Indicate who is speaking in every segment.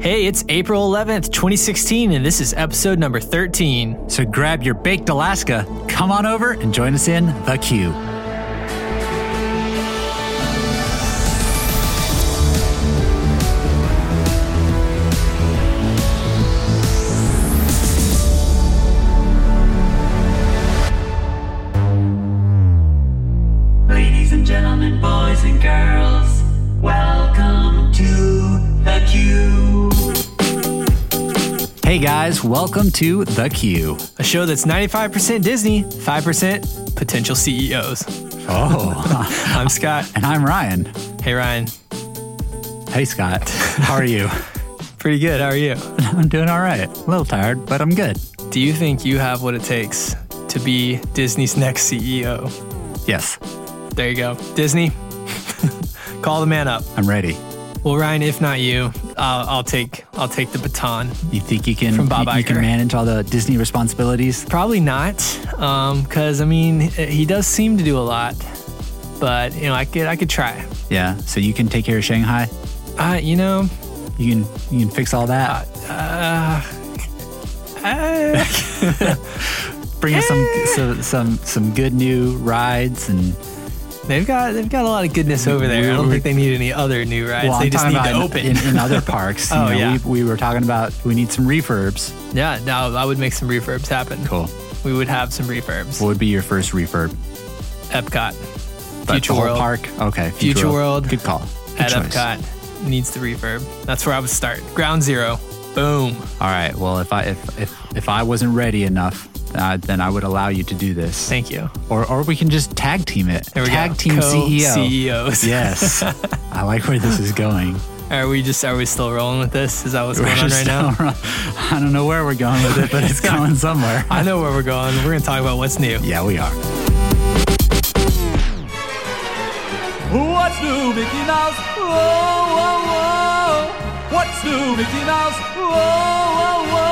Speaker 1: Hey, it's April 11th, 2016, and this is episode number 13.
Speaker 2: So grab your baked Alaska, come on over and join us in the queue.
Speaker 3: Ladies and gentlemen, boys and girls, welcome to the queue.
Speaker 2: Hey guys, welcome to the queue.
Speaker 1: A show that's 95% Disney, 5% potential CEOs.
Speaker 2: Oh,
Speaker 1: I'm Scott.
Speaker 2: and I'm Ryan.
Speaker 1: Hey, Ryan.
Speaker 2: Hey Scott, how are you?
Speaker 1: Pretty good. How are you?
Speaker 2: I'm doing all right. A little tired, but I'm good.
Speaker 1: Do you think you have what it takes to be Disney's next CEO?
Speaker 2: Yes,
Speaker 1: There you go. Disney, call the man up.
Speaker 2: I'm ready.
Speaker 1: Well, Ryan, if not you, I'll, I'll take I'll take the baton.
Speaker 2: You think you can
Speaker 1: From Bob
Speaker 2: you, you can
Speaker 1: Iger.
Speaker 2: manage all the Disney responsibilities?
Speaker 1: Probably not, because I mean he does seem to do a lot, but you know I could I could try.
Speaker 2: Yeah, so you can take care of Shanghai.
Speaker 1: Uh, you know,
Speaker 2: You can you can fix all that.
Speaker 1: uh,
Speaker 2: Bring us some, some some some good new rides and
Speaker 1: they've got they've got a lot of goodness over there. I don't think they need any other new rides.
Speaker 2: Well,
Speaker 1: they
Speaker 2: I'm
Speaker 1: just
Speaker 2: talking
Speaker 1: need to
Speaker 2: about
Speaker 1: open.
Speaker 2: in, in, in other parks. you
Speaker 1: Oh,
Speaker 2: know,
Speaker 1: yeah.
Speaker 2: we, we were talking about we need some refurbs.
Speaker 1: yeah, no, I would make some refurbs happen.
Speaker 2: Cool.
Speaker 1: We would have some refurbs.
Speaker 2: What would be your first refurb?
Speaker 1: Epcot,
Speaker 2: But
Speaker 1: Future
Speaker 2: the whole
Speaker 1: World.
Speaker 2: park. Okay.
Speaker 1: Future World.
Speaker 2: Good call. Good
Speaker 1: at
Speaker 2: choice.
Speaker 1: Epcot needs the refurb. That's where I would start. Ground zero. Boom.
Speaker 2: All right. Well, if I if if, if I wasn't ready enough, uh, then I would allow you to do this.
Speaker 1: Thank you.
Speaker 2: or or we can just tag team it.
Speaker 1: There we
Speaker 2: tag
Speaker 1: go. E
Speaker 2: team E CEO.
Speaker 1: CEOs.
Speaker 2: Yes. I like where this is going.
Speaker 1: Are we just are we still rolling with this? Is that what's going on right
Speaker 2: just-
Speaker 1: now?
Speaker 2: I don't know where we're going with it, but it's going somewhere.
Speaker 1: I know where we're going. We're gonna talk about what's new.
Speaker 2: Yeah, we are.
Speaker 4: What's new, Mickey Mouse? Whoa, whoa, whoa. What's new, Mickey Mouse? Whoa, whoa, whoa.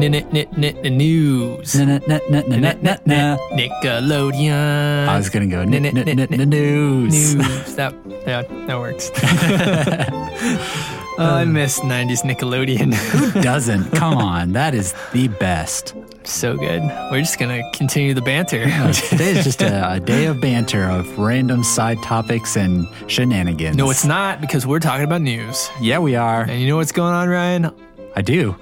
Speaker 1: N- n- n- n- news.
Speaker 2: Na- na- na- na- na- na- na- na.
Speaker 1: Nickelodeon.
Speaker 2: I was gonna go
Speaker 1: N- n- n- n-
Speaker 2: news.
Speaker 1: news. That yeah, that works. oh,
Speaker 2: Um,
Speaker 1: I miss '90s Nickelodeon.
Speaker 2: doesn't. Come on, that is the best.
Speaker 1: so good. We're just gonna continue the banter.
Speaker 2: Today is just a, a day of banter of random side topics and shenanigans.
Speaker 1: no, it's not because we're talking about news.
Speaker 2: Yeah, we are.
Speaker 1: And you know what's going on, Ryan?
Speaker 2: I do.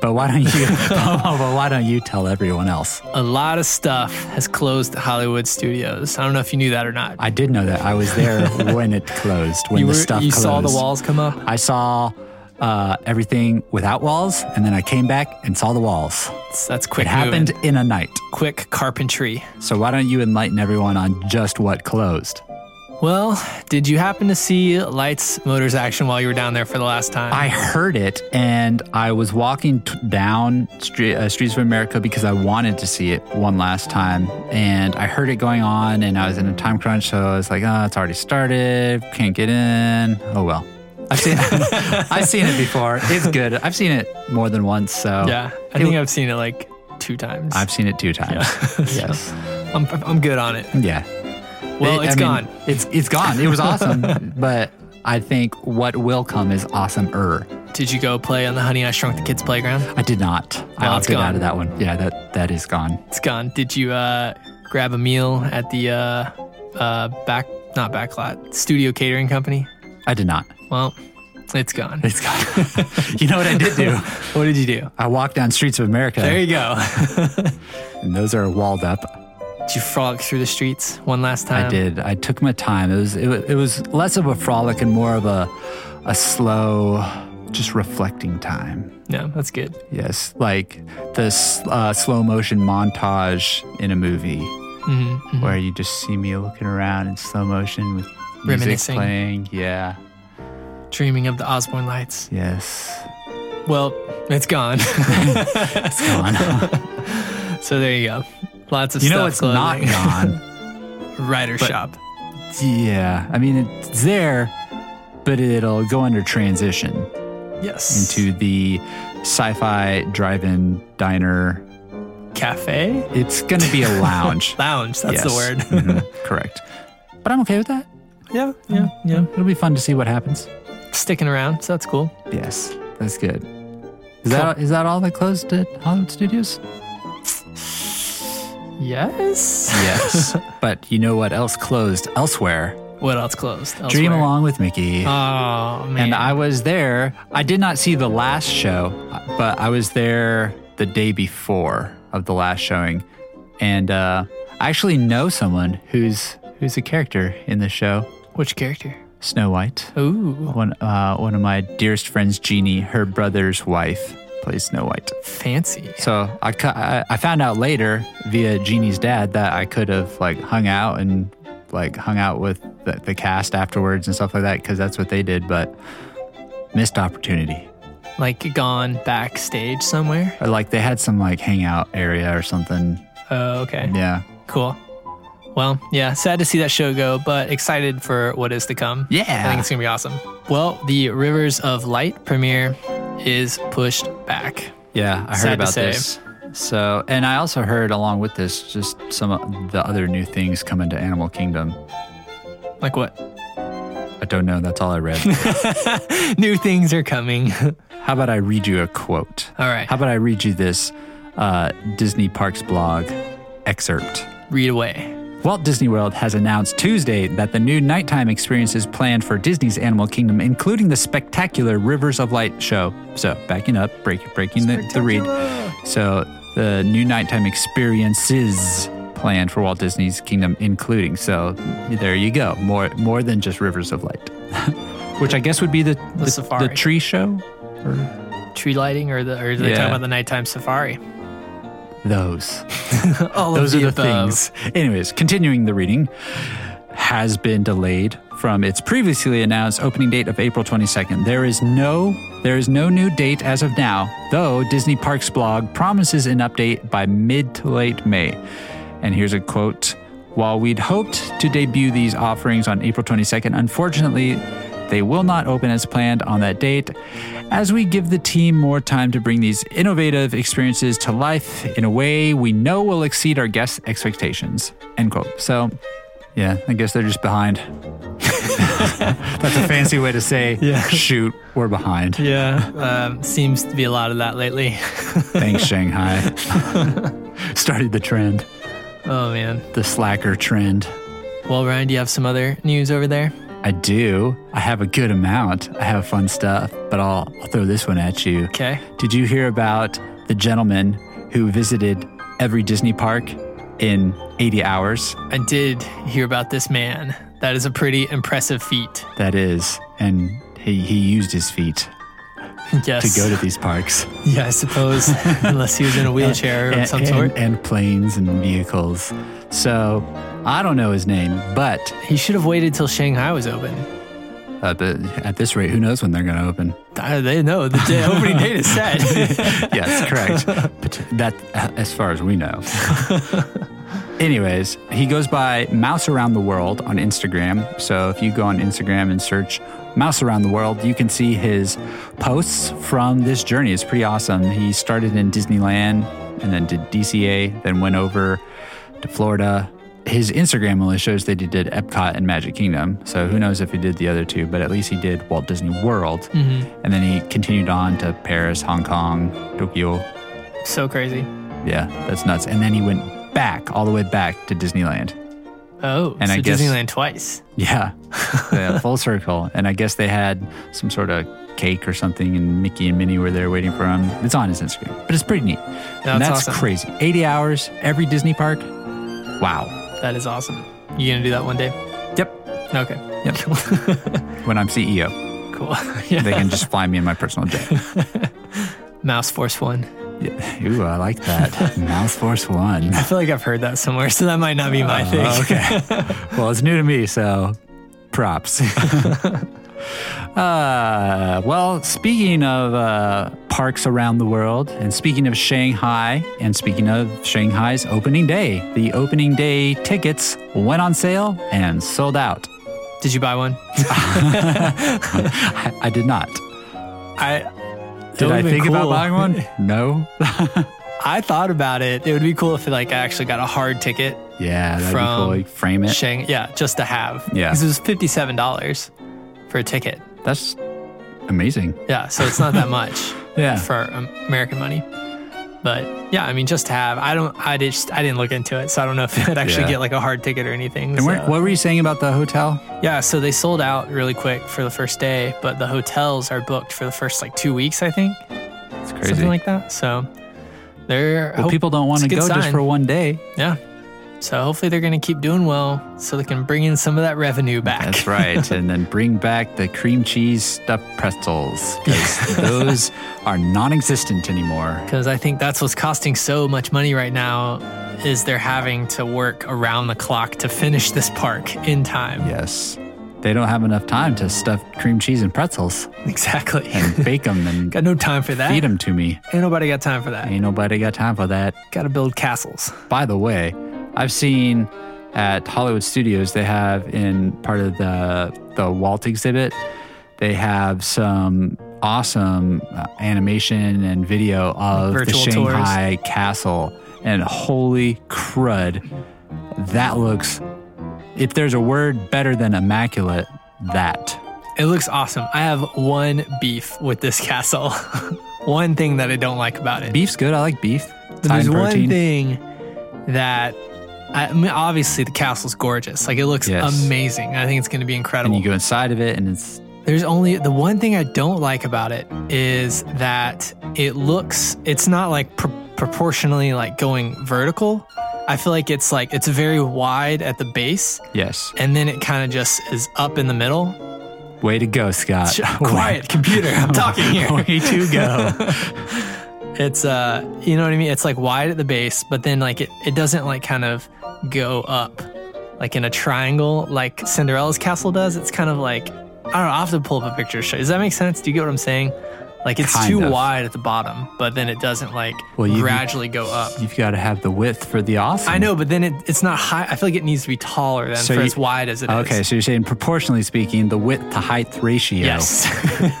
Speaker 2: But why don't you? but why don't you tell everyone else?
Speaker 1: A lot of stuff has closed at Hollywood studios. I don't know if you knew that or not.
Speaker 2: I did know that. I was there when it closed. When
Speaker 1: you
Speaker 2: the
Speaker 1: were-
Speaker 2: stuff
Speaker 1: you
Speaker 2: closed.
Speaker 1: saw the walls come up.
Speaker 2: I saw uh, everything without walls, and then I came back and saw the walls.
Speaker 1: That's, that's
Speaker 2: It
Speaker 1: quick.
Speaker 2: happened
Speaker 1: moving.
Speaker 2: in a night.
Speaker 1: Quick carpentry.
Speaker 2: So why don't you enlighten everyone on just what closed?
Speaker 1: Well, did you happen to see Lights Motors Action while you were down there for the last time?
Speaker 2: I heard it and I was walking t- down street, uh, Streets of America because I wanted to see it one last time. And I heard it going on and I was in a time crunch. So I was like, oh, it's already started. Can't get in. Oh, well. I've seen, I've seen it before. It's good. I've seen it more than once. So
Speaker 1: yeah, I think I've seen it like two times.
Speaker 2: I've seen it two times. yes.
Speaker 1: I'm, I'm good on it.
Speaker 2: Yeah.
Speaker 1: Well,
Speaker 2: It-
Speaker 1: it's
Speaker 2: I mean,
Speaker 1: gone.
Speaker 2: It's, it's gone. It was awesome. but I think what will come is awesomer.
Speaker 1: Did you go play on the Honey I Shrunk the Kids playground?
Speaker 2: I did not. I
Speaker 1: Well, it's
Speaker 2: opted out
Speaker 1: gone.
Speaker 2: of that one. Yeah, that that is gone.
Speaker 1: It's gone. Did you uh, grab a meal at the uh, uh, back, not backlot, studio catering company?
Speaker 2: I did not.
Speaker 1: Well, it's gone.
Speaker 2: It's gone. you know what I did do?
Speaker 1: What did you do?
Speaker 2: I walked down streets of America,
Speaker 1: There you go.
Speaker 2: and those are walled up.
Speaker 1: did you frolic through the streets one last time?
Speaker 2: I did. I took my time. It was it, wa- it was less of a frolic and more of a a slow, just reflecting time.
Speaker 1: No, that's good.
Speaker 2: Yes, like this uh, slow motion montage in a movie
Speaker 1: Mm-hmm,
Speaker 2: where you just see me looking around in slow motion with music
Speaker 1: Reminiscing.
Speaker 2: playing. Yeah.
Speaker 1: Dreaming of the Osborne lights.
Speaker 2: Yes.
Speaker 1: Well, it's gone.
Speaker 2: It's gone.
Speaker 1: so there you go. Lots of
Speaker 2: You
Speaker 1: stuff.
Speaker 2: know it's not
Speaker 1: closing.
Speaker 2: gone.
Speaker 1: Writer shop.
Speaker 2: yeah, I mean it's there, but it'll go under transition
Speaker 1: Yes.
Speaker 2: into the sci-fi drive-in diner
Speaker 1: cafe
Speaker 2: It's going to be a lounge.
Speaker 1: lounge. That's the
Speaker 2: Yes.
Speaker 1: word.
Speaker 2: Mhm, Correct. But I'm okay with that.
Speaker 1: yeah, yeah, yeah.
Speaker 2: It'll be fun to see what happens.
Speaker 1: Sticking around, so that's cool.
Speaker 2: Yes, that's good. Is that is that all that closed at Hollywood Studios?
Speaker 1: Yes.
Speaker 2: Yes. but you know what else closed elsewhere?
Speaker 1: What else closed? Elsewhere.
Speaker 2: Dream Along with Mickey.
Speaker 1: Oh man.
Speaker 2: and I was there. I did not see the last show, but I was there the day before of the last showing, and uh, I actually know someone who's who's a character in the show,
Speaker 1: Which character?
Speaker 2: Snow White.
Speaker 1: Ooh,
Speaker 2: One uh, one of my dearest friends, Jeannie, her brother's wife, plays Snow White.
Speaker 1: fancy.
Speaker 2: So I, cu- I I found out later via Jeannie's dad that I could have like hung out and like hung out with the, the cast afterwards and stuff like that because that's what they did, but missed opportunity.
Speaker 1: Like gone backstage somewhere.
Speaker 2: Or, like they had some like hangout area or something.
Speaker 1: Oh, okay.
Speaker 2: Yeah.
Speaker 1: Cool. Well, yeah, sad to see that show go, but excited for what is to come.
Speaker 2: Yeah.
Speaker 1: I think it's going to be awesome. Well, the Rivers of Light premiere is pushed back.
Speaker 2: Yeah, I heard
Speaker 1: Sad to
Speaker 2: about
Speaker 1: say.
Speaker 2: this. So, and I also heard along with this just some of the other new things coming to Animal Kingdom.
Speaker 1: Like what?
Speaker 2: I don't know. That's all I read.
Speaker 1: New things are coming. All
Speaker 2: How about I read you a quote?
Speaker 1: right.
Speaker 2: How about I read you this uh, Disney Parks blog excerpt?
Speaker 1: Read away.
Speaker 2: Walt Disney World has announced Tuesday that the new nighttime experiences planned for Disney's Animal Kingdom, including the spectacular Rivers of Light show. So, backing up, break, breaking the, the read. So, the new nighttime experiences planned for Walt Disney's Kingdom, including. So, there you go. More, more than just Rivers of Light, which I guess would be the the,
Speaker 1: safari.
Speaker 2: the tree show.
Speaker 1: Tree lighting or the or are they
Speaker 2: Yeah.
Speaker 1: talking about the nighttime safari?
Speaker 2: Those.
Speaker 1: All
Speaker 2: Those
Speaker 1: of
Speaker 2: are
Speaker 1: the
Speaker 2: the
Speaker 1: above.
Speaker 2: things. Anyways, continuing the reading, has been delayed from its previously announced opening date of April 22nd. There is no there is no new date as of now, though Disney Parks blog promises an update by mid to late May. And here's a quote. While we'd hoped to debut these offerings on April 22nd, unfortunately, they will not open as planned on that date. As we give the team more time to bring these innovative experiences to life in a way we know will exceed our guests' expectations. End quote. So, yeah, I guess they're just behind. That's a fancy way to say, shoot, we're behind.
Speaker 1: Yeah. um, seems to be a lot of that lately.
Speaker 2: Thanks, Shanghai. Started the trend,
Speaker 1: Oh, man.
Speaker 2: the slacker trend.
Speaker 1: Well, Ryan, do you have some other news over there?
Speaker 2: I do. I have a good amount. I have fun stuff, but I'll, I'll throw this one at you.
Speaker 1: Okay.
Speaker 2: Did you hear about the gentleman who visited every Disney park in 80 hours?
Speaker 1: I did hear about this man. That is a pretty impressive feat.
Speaker 2: That is, and he, he used his feet to
Speaker 1: Yes.
Speaker 2: go to these parks.
Speaker 1: Yeah, I suppose, unless he was in a wheelchair of
Speaker 2: and,
Speaker 1: some
Speaker 2: and-
Speaker 1: sort.
Speaker 2: and planes and vehicles. So I don't know his name, but,
Speaker 1: He should have waited till Shanghai was open.
Speaker 2: uh, but at this rate, who knows when they're going to open?
Speaker 1: I- They know the day, opening date is set.
Speaker 2: yes, correct. But that, uh, as far as we know. Anyways, he goes by Mouse Around the World on Instagram. So if you go on Instagram and search Mouse Around the World, you can see his posts from this journey. It's pretty awesome. He started in Disneyland and then did DCA, then went over to Florida. His Instagram only shows that he did Epcot and Magic Kingdom. So who knows if he did the other two, but at least he did Walt Disney World. And then he continued on to Paris, Hong Kong, Tokyo.
Speaker 1: so crazy.
Speaker 2: Yeah, that's nuts. And then he went back, all the way back to Disneyland.
Speaker 1: Oh,
Speaker 2: And
Speaker 1: so
Speaker 2: I guess-
Speaker 1: Disneyland twice.
Speaker 2: Yeah, yeah full circle. And I guess they had some sort of cake or something, and Mickey and Minnie were there waiting for him. It's on his Instagram, but it's pretty neat. and
Speaker 1: it's
Speaker 2: that's
Speaker 1: awesome.
Speaker 2: crazy. 80 hours, every Disney park. Wow.
Speaker 1: That is awesome. You gonna do that one day?
Speaker 2: Yep.
Speaker 1: Okay,
Speaker 2: Yep. when I'm CEO,
Speaker 1: cool. yeah.
Speaker 2: they can just fly me in my personal jet.
Speaker 1: Mouse Force One.
Speaker 2: Yeah. Ooh, I like that. Mouse Force One.
Speaker 1: I feel like I've heard that somewhere, so that might not be my thing.
Speaker 2: Oh, okay. well, it's new to me, so props. uh, well, speaking of uh, parks around the world, and speaking of Shanghai, and speaking of Shanghai's opening day, the opening day tickets went on sale and sold out.
Speaker 1: Did you buy one?
Speaker 2: I, I did not.
Speaker 1: I
Speaker 2: Did I think about buying one? No.
Speaker 1: I thought about it. It would be cool if it, like I actually got a hard ticket
Speaker 2: Yeah, that'd
Speaker 1: From
Speaker 2: be cool. Like, frame it.
Speaker 1: Shang, yeah, just to have.
Speaker 2: Yeah.
Speaker 1: because it was fifty seven dollars for a ticket.
Speaker 2: That's amazing.
Speaker 1: Yeah, so it's not that much
Speaker 2: Yeah.
Speaker 1: for um, American money. But yeah, I mean, just to have. I don't. I just. I didn't look into it, so I don't know if I'd actually
Speaker 2: Yeah.
Speaker 1: get like a hard ticket or anything.
Speaker 2: And where,
Speaker 1: so-
Speaker 2: what were you saying about the hotel?
Speaker 1: Yeah, so they sold out really quick for the first day, but the hotels are booked for the first like two weeks, I think,
Speaker 2: It's crazy.
Speaker 1: something like that. So they're
Speaker 2: well,
Speaker 1: hope-
Speaker 2: people don't want
Speaker 1: it's
Speaker 2: to
Speaker 1: a good
Speaker 2: go just
Speaker 1: sign.
Speaker 2: for one day.
Speaker 1: yeah. So hopefully they're gonna keep doing well, so they can bring in some of that revenue back.
Speaker 2: That's right. and then bring back the cream cheese stuffed pretzels because those are non existent anymore.
Speaker 1: because I think that's what's costing so much money right now is they're having to work around the clock to finish this park in time.
Speaker 2: Yes. They don't have enough time to stuff cream cheese and pretzels
Speaker 1: Exactly.
Speaker 2: and bake them and
Speaker 1: got no time for that.
Speaker 2: feed them to me.
Speaker 1: Ain't nobody got time for that.
Speaker 2: Ain't nobody got time for that.
Speaker 1: Got to build castles.
Speaker 2: By the way, I've seen at Hollywood Studios they have in part of the the Walt exhibit, they have some awesome uh, animation and video of
Speaker 1: Virtual
Speaker 2: the
Speaker 1: tours.
Speaker 2: Shanghai castle and holy crud, that looks if there's a word better than immaculate, that.
Speaker 1: It looks awesome. I have one beef with this castle. one thing that I don't like about it.
Speaker 2: Beef's good. I like beef. It's high
Speaker 1: There's
Speaker 2: in
Speaker 1: one
Speaker 2: protein.
Speaker 1: thing that I, I mean, obviously the castle's gorgeous. Like it looks
Speaker 2: Yes.
Speaker 1: amazing. I think it's going to be
Speaker 2: And
Speaker 1: incredible.
Speaker 2: you go inside of it, and it's
Speaker 1: There's only the one thing I don't like about it is that it looks it's not like pr- proportionally like going vertical. I feel like it's like it's very wide at the base
Speaker 2: yes,
Speaker 1: and then it kind of just is up in the middle.
Speaker 2: way to go, Scott.
Speaker 1: Quiet computer, I'm talking here.
Speaker 2: way to go.
Speaker 1: It's uh you know what I mean? It's like wide at the base, but then like it, it doesn't like kind of go up like in a triangle like Cinderella's castle does. It's kind of like I don't know, I'll have to pull up a picture to show you. Does that make sense? Do you get what I'm saying? Like it's
Speaker 2: Kind
Speaker 1: too
Speaker 2: of.
Speaker 1: wide at the bottom, but then it doesn't like
Speaker 2: Well, you-
Speaker 1: gradually go up.
Speaker 2: You've got to have the width for the awesome.
Speaker 1: I know, but then it, it's not high. I feel like it needs to be taller than
Speaker 2: So
Speaker 1: for
Speaker 2: you-
Speaker 1: as wide as it is.
Speaker 2: Okay, so you're saying proportionally speaking, the width to height ratio
Speaker 1: Yes.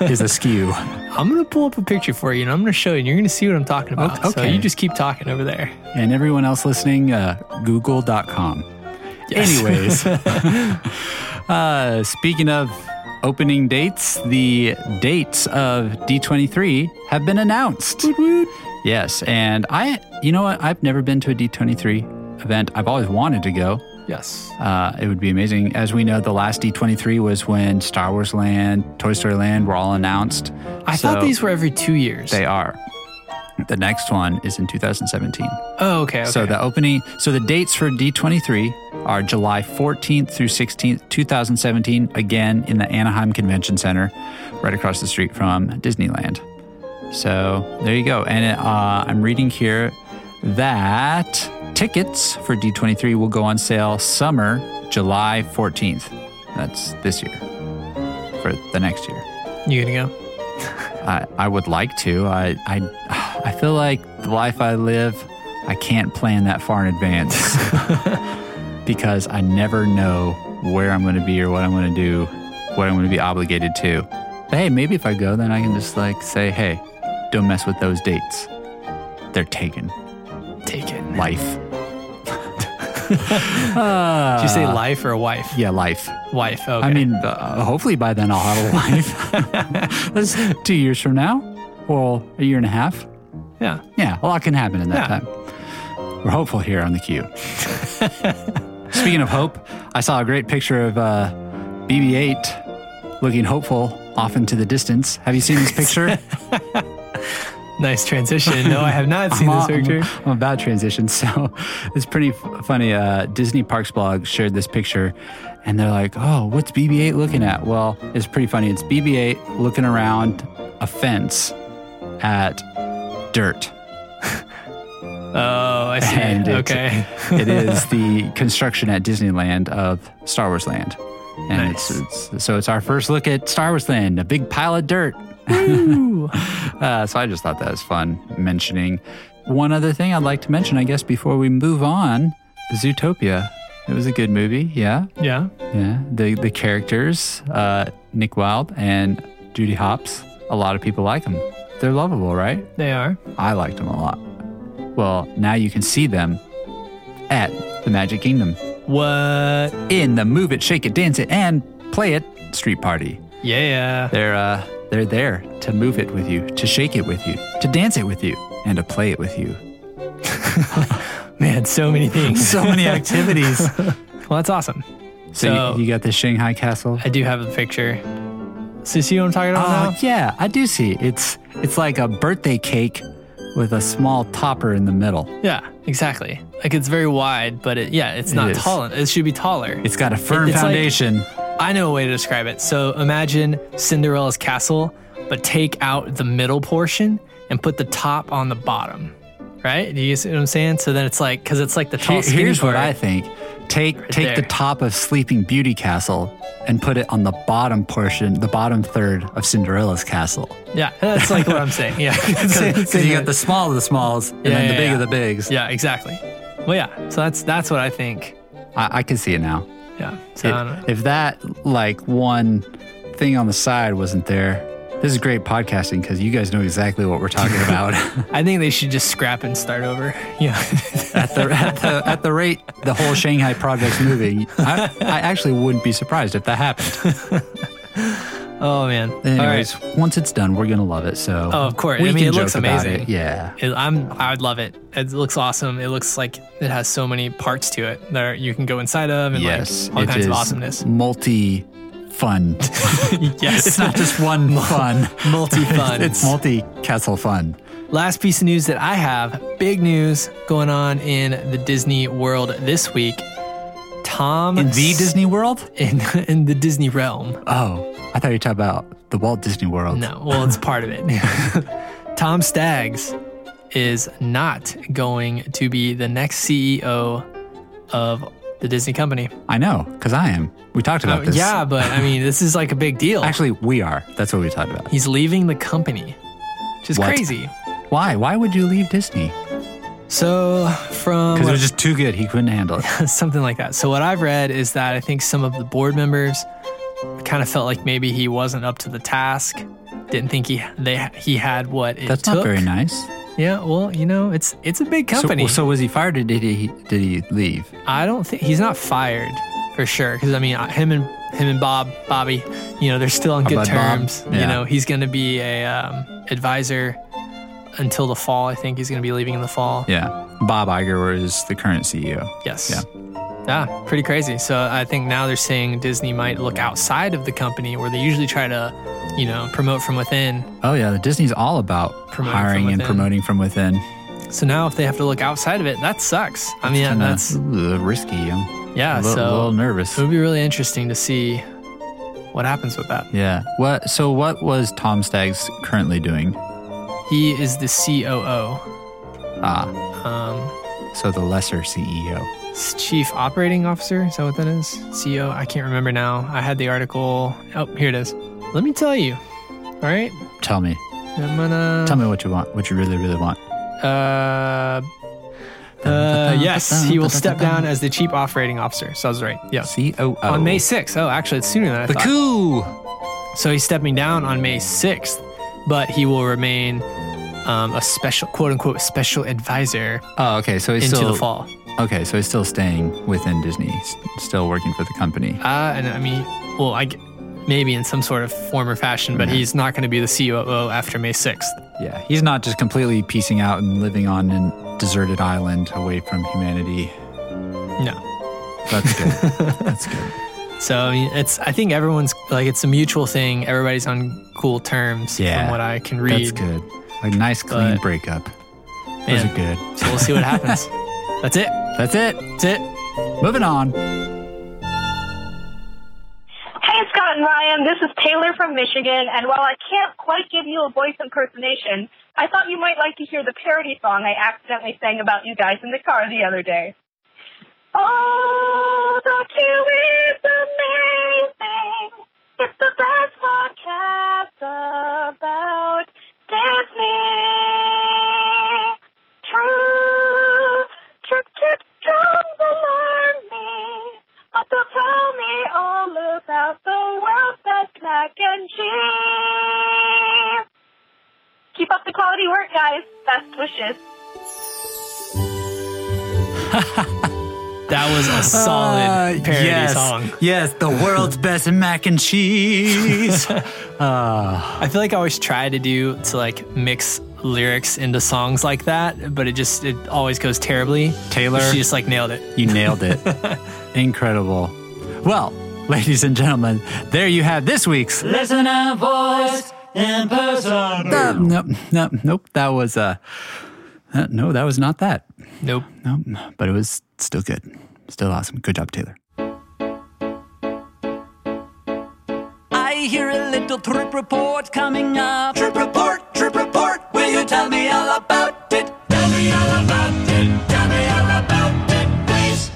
Speaker 2: is askew.
Speaker 1: I'm going to pull up a picture for you and I'm going to show you and you're going to see what I'm talking about.
Speaker 2: O-
Speaker 1: So
Speaker 2: okay.
Speaker 1: you just keep talking over there.
Speaker 2: And everyone else listening, uh, google.com.
Speaker 1: Yes.
Speaker 2: Anyways, uh, speaking of opening dates, the dates of D23 have been announced. Yes, and I, you know what? I've never been to a D23 event. I've always wanted to go.
Speaker 1: Yes.
Speaker 2: Uh, it would be amazing. As we know, the last D23 was when Star Wars Land, Toy Story Land were all announced.
Speaker 1: I
Speaker 2: So
Speaker 1: thought these were every two years.
Speaker 2: They are. The next one is in 2017.
Speaker 1: oh, okay. okay.
Speaker 2: So the opening, so the dates for D23 are July 14th through 16th, 2017, again in the Anaheim Convention Center, right across the street from Disneyland. So there you go. And uh, I'm reading here that tickets for D23 will go on sale summer July 14th. That's this year for the next year.
Speaker 1: you gonna go?
Speaker 2: I, I would like to. I, I, I feel like the life I live, I can't plan that far in advance because I never know where I'm going to be or what I'm going to do, what I'm going to be obligated to. But hey, maybe if I go, then I can just like say, hey, don't mess with those dates. They're taken.
Speaker 1: Take it. Did
Speaker 2: Life. Uh,
Speaker 1: you say life or wife?
Speaker 2: Yeah, life.
Speaker 1: Wife. Okay.
Speaker 2: I mean, uh, hopefully by then I'll have a life. That's two years from now, or a year and a half.
Speaker 1: yeah.
Speaker 2: Yeah, a lot can happen in that
Speaker 1: Yeah.
Speaker 2: time. We're hopeful here on the queue. Speaking of hope, I saw a great picture of uh, BB 8 looking hopeful off into the distance. Have you seen this picture?
Speaker 1: Nice transition. No, I have not seen
Speaker 2: I'm
Speaker 1: this
Speaker 2: all- I'm-
Speaker 1: picture.
Speaker 2: I'm, about transition, so it's pretty f- funny. Uh, Disney Parks blog shared this picture, and they're like, "Oh, what's BB-8 looking at?" Well, it's pretty funny. It's BB-8 looking around a fence at dirt.
Speaker 1: Oh, I see.
Speaker 2: And it-
Speaker 1: okay.
Speaker 2: It is the construction at Disneyland of Star Wars Land, and
Speaker 1: Nice.
Speaker 2: it's, it's so it's our first look at Star Wars Land, a big pile of dirt.
Speaker 1: Ooh.
Speaker 2: Uh, so I just thought that was fun mentioning. One other thing I'd like to mention, I guess, before we move on, Zootopia. It was a good movie. Yeah,
Speaker 1: yeah.
Speaker 2: yeah. The the characters, uh, Nick Wilde and Judy Hopps. A lot of people like them. They're lovable, right?
Speaker 1: They are.
Speaker 2: I liked them a lot. Well, now you can see them at the Magic Kingdom
Speaker 1: What?
Speaker 2: in the Move It, Shake It, Dance It, and Play It street party.
Speaker 1: Yeah.
Speaker 2: They're uh, they're there to move it with you, to shake it with you, to dance it with you, and to play it with you.
Speaker 1: Man, so many things.
Speaker 2: So many activities.
Speaker 1: well, that's awesome.
Speaker 2: So,
Speaker 1: So-
Speaker 2: you, you got the Shanghai Castle.
Speaker 1: I do have a picture. So you see what I'm talking about
Speaker 2: Oh
Speaker 1: now?
Speaker 2: yeah, I do see. It's it's like a birthday cake with a small topper in the middle.
Speaker 1: Yeah, exactly. Like it's very wide, but it, yeah, it's not
Speaker 2: is.
Speaker 1: tall. It should be taller.
Speaker 2: It's got a firm
Speaker 1: It's like-
Speaker 2: foundation.
Speaker 1: I know a way to describe it. So imagine Cinderella's castle, but take out the middle portion and put the top on the bottom. Right? Do you see what I'm saying? So then it's like, because it's like the tall.
Speaker 2: Here-
Speaker 1: skinny
Speaker 2: here's what
Speaker 1: part.
Speaker 2: I think. Take take the
Speaker 1: there.
Speaker 2: top of Sleeping Beauty Castle and put it on the bottom portion, the bottom third of Cinderella's castle.
Speaker 1: Yeah, that's like what I'm saying. Yeah,
Speaker 2: Because you got the small of the smalls and
Speaker 1: Yeah,
Speaker 2: then the
Speaker 1: yeah,
Speaker 2: big
Speaker 1: yeah.
Speaker 2: of the bigs.
Speaker 1: Yeah, exactly. Well, yeah. So that's that's what I think.
Speaker 2: I, I can see it now.
Speaker 1: Yeah. So I don't know.
Speaker 2: If- if that like one thing on the side wasn't there, this is great podcasting because you guys know exactly what we're talking about.
Speaker 1: I think they should just scrap and start over. Yeah.
Speaker 2: at, the, at, the, at the rate the whole Shanghai project's moving, I, I actually wouldn't be surprised if that happened.
Speaker 1: oh man. All
Speaker 2: Anyways,
Speaker 1: right.
Speaker 2: once it's done, we're gonna love it. So
Speaker 1: Oh, of course.
Speaker 2: we
Speaker 1: I mean,
Speaker 2: can
Speaker 1: it looks
Speaker 2: joke about
Speaker 1: amazing.
Speaker 2: it. Yeah,
Speaker 1: It, I'm. I would love it. It looks awesome. It looks like it has so many parts to it that are, you can go inside of and
Speaker 2: yes,
Speaker 1: like all
Speaker 2: it
Speaker 1: kinds of
Speaker 2: is
Speaker 1: awesomeness.
Speaker 2: Multi fun.
Speaker 1: yes.
Speaker 2: it's not just one fun.
Speaker 1: multi fun.
Speaker 2: It's multi castle fun.
Speaker 1: Last piece of news that I have big news going on in the Disney world this week. Tom
Speaker 2: In the
Speaker 1: S-
Speaker 2: Disney World?
Speaker 1: in, in the Disney realm.
Speaker 2: Oh, I thought you were talking about the Walt Disney World.
Speaker 1: No, well, it's part of it. Tom Staggs is not going to be the next CEO of the Disney company.
Speaker 2: I know, because I am. We talked about
Speaker 1: Uh,
Speaker 2: this.
Speaker 1: yeah, but I mean, this is like a big deal.
Speaker 2: Actually, we are. That's what we talked about.
Speaker 1: He's leaving the company, which is
Speaker 2: What?
Speaker 1: crazy.
Speaker 2: Why? Why would you leave Disney?
Speaker 1: So, from
Speaker 2: Because it was just too good. He couldn't handle it.
Speaker 1: something like that. So, what I've read is that I think some of the board members kind of felt like maybe he wasn't up to the task. Didn't think he they he had what it
Speaker 2: That's
Speaker 1: took.
Speaker 2: not very nice.
Speaker 1: Yeah, well, you know, it's it's a big company.
Speaker 2: So, so was he fired or did he did he leave?
Speaker 1: I don't think he's not fired for sure because I mean I- him and him and Bob Bobby, you know, they're still on good
Speaker 2: bud Bob?
Speaker 1: terms. You
Speaker 2: Yeah.
Speaker 1: know, he's going to be a um, advisor until the fall. I think he's going to be leaving in the fall.
Speaker 2: Yeah. Bob Iger was the current E CEO.
Speaker 1: Yes.
Speaker 2: Yeah.
Speaker 1: Yeah, pretty crazy. So I think now they're saying Disney might look outside of the company where they usually try to, you know, promote from within.
Speaker 2: Oh yeah, the Disney's all about
Speaker 1: Promoting from
Speaker 2: hiring and
Speaker 1: within.
Speaker 2: promoting from within.
Speaker 1: So now if they have to look outside of it, that sucks. I mean,
Speaker 2: Kinda,
Speaker 1: that's
Speaker 2: ooh, risky. I'm
Speaker 1: yeah.
Speaker 2: a little,
Speaker 1: so
Speaker 2: little nervous.
Speaker 1: it would be really interesting to see what happens with that.
Speaker 2: Yeah. What? So what was Tom Staggs currently doing?
Speaker 1: He is the COO,
Speaker 2: Ah,
Speaker 1: um,
Speaker 2: so the lesser E CEO.
Speaker 1: s- Chief Operating Officer. Is that what that is? CEO. I can't remember now. I had the article. Oh, here it is. Let me tell you. All right.
Speaker 2: Tell me.
Speaker 1: I'm gonna.
Speaker 2: Tell me what you want. What you really, really want.
Speaker 1: Uh, uh, yes, he will step down as the Chief Operating Officer. So I was right. Yeah.
Speaker 2: COO.
Speaker 1: On May 6th. Oh, actually, it's sooner than I
Speaker 2: E The
Speaker 1: thought.
Speaker 2: coup.
Speaker 1: So he's stepping down on May 6th, but he will remain um, a special, quote unquote, special advisor
Speaker 2: Oh, okay. So he's
Speaker 1: into
Speaker 2: still
Speaker 1: the fall.
Speaker 2: okay. So he's still staying within Disney, s- still working for the company.
Speaker 1: Uh, and I mean, well, I g- maybe in some sort of form or fashion, but he's not going to be the COO after May 6th.
Speaker 2: Yeah, he's not just completely piecing out and living on an deserted island away from humanity.
Speaker 1: No.
Speaker 2: That's good. That's good.
Speaker 1: So I mean, it's I think everyone's like it's a mutual thing. Everybody's on cool terms
Speaker 2: Yeah.
Speaker 1: from what I can read.
Speaker 2: That's good. A nice clean
Speaker 1: But-
Speaker 2: breakup. Those
Speaker 1: Man,
Speaker 2: are good.
Speaker 1: So we'll see what happens. That's it.
Speaker 2: That's it.
Speaker 1: That's it.
Speaker 2: Moving on.
Speaker 5: Hey, Scott and Ryan, this is Taylor from Michigan, and while I can't quite give you a voice impersonation, I thought you might like to hear the parody song I accidentally sang about you guys in the car the other day. Oh, the Q is amazing. It's the best podcast about Disney. True, trip, trip, drums alarm me. Also tell me all about the world best mac and cheese. Keep up the quality work, guys. Best wishes.
Speaker 1: That was a solid
Speaker 2: Uh,
Speaker 1: parody
Speaker 2: yes,
Speaker 1: song.
Speaker 2: Yes, the world's best mac and cheese.
Speaker 1: I feel like I always try to do to like mix lyrics into songs like that, but it just it always goes terribly.
Speaker 2: Taylor.
Speaker 1: she just like nailed it.
Speaker 2: You nailed it. Incredible. Well, ladies and gentlemen, there you have this week's.
Speaker 4: Listener voice in person.
Speaker 2: Uh, nope, nope, nope. That was uh, uh, no, that was not that.
Speaker 1: Nope.
Speaker 2: Nope, Um, but it was still good, still awesome. Good job, Taylor.
Speaker 4: I hear a little trip report coming up. Trip report, trip report, will you tell me all about it? Tell me all about it, tell me all about it, please.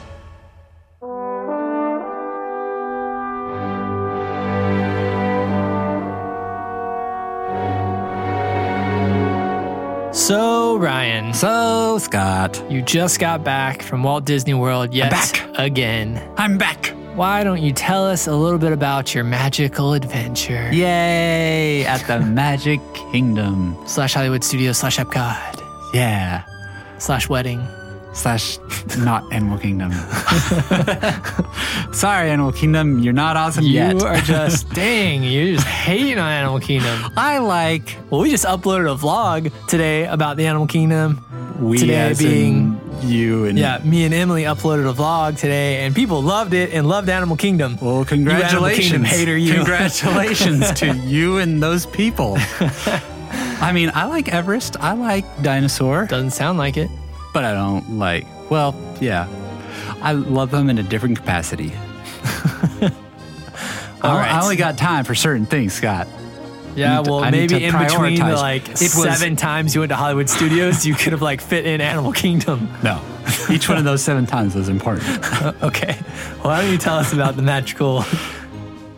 Speaker 1: So Ryan,
Speaker 2: So Scott,
Speaker 1: you just got back from Walt Disney World yet
Speaker 2: back.
Speaker 1: again.
Speaker 2: I'm back.
Speaker 1: Why don't you tell us a little bit about your magical adventure
Speaker 2: Yay! At the Magic Kingdom.
Speaker 1: slash Hollywood Studio slash Epcot
Speaker 2: Yeah.
Speaker 1: slash wedding?
Speaker 2: Slash, not Animal Kingdom. Sorry, Animal Kingdom, you're not awesome yet.
Speaker 1: You are just dang, you're just hating on Animal Kingdom.
Speaker 2: I like
Speaker 1: Well, we just uploaded a vlog today about the Animal Kingdom.
Speaker 2: we
Speaker 1: Today
Speaker 2: as in
Speaker 1: being-
Speaker 2: you and
Speaker 1: Yeah, me and Emily uploaded a vlog today, and people loved it and loved Animal Kingdom.
Speaker 2: Well,
Speaker 1: You Animal Kingdom
Speaker 2: congratulations,
Speaker 1: hater, you.
Speaker 2: Congratulations to you and those people. I mean, I like Everest. I like dinosaur,
Speaker 1: Doesn't sound like it.
Speaker 2: but I don't like. Well, yeah, I love them in a different capacity. I,
Speaker 1: All right.
Speaker 2: I only got time for certain things, Scott.
Speaker 1: Yeah,
Speaker 2: need to-
Speaker 1: well,
Speaker 2: I need
Speaker 1: maybe
Speaker 2: to
Speaker 1: in between the
Speaker 2: prioritize.
Speaker 1: like
Speaker 2: It was-
Speaker 1: seven times you went to Hollywood Studios, you could have like fit in Animal Kingdom.
Speaker 2: No, each one of those seven times was important.
Speaker 1: Okay, why don't you tell us about the magical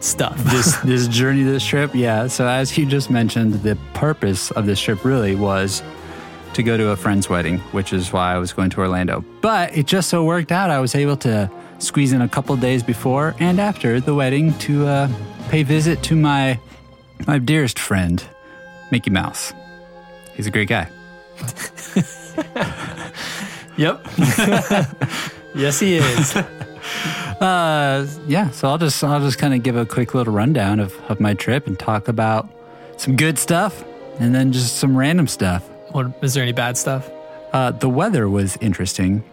Speaker 1: stuff?
Speaker 2: this this journey this trip yeah so as you just mentioned the purpose of this trip really was to go to a friend's wedding which is why i was going to orlando but it just so worked out i was able to squeeze in a couple days before and after the wedding to uh, pay visit to my my dearest friend mickey mouse he's a great guy
Speaker 1: yep. yes, he is.
Speaker 2: uh, yeah so i'll just i'll just kind of give a quick little rundown of, of my trip and talk about some good stuff and then just some random stuff
Speaker 1: What is there any bad stuff?
Speaker 2: Uh, the weather was interesting.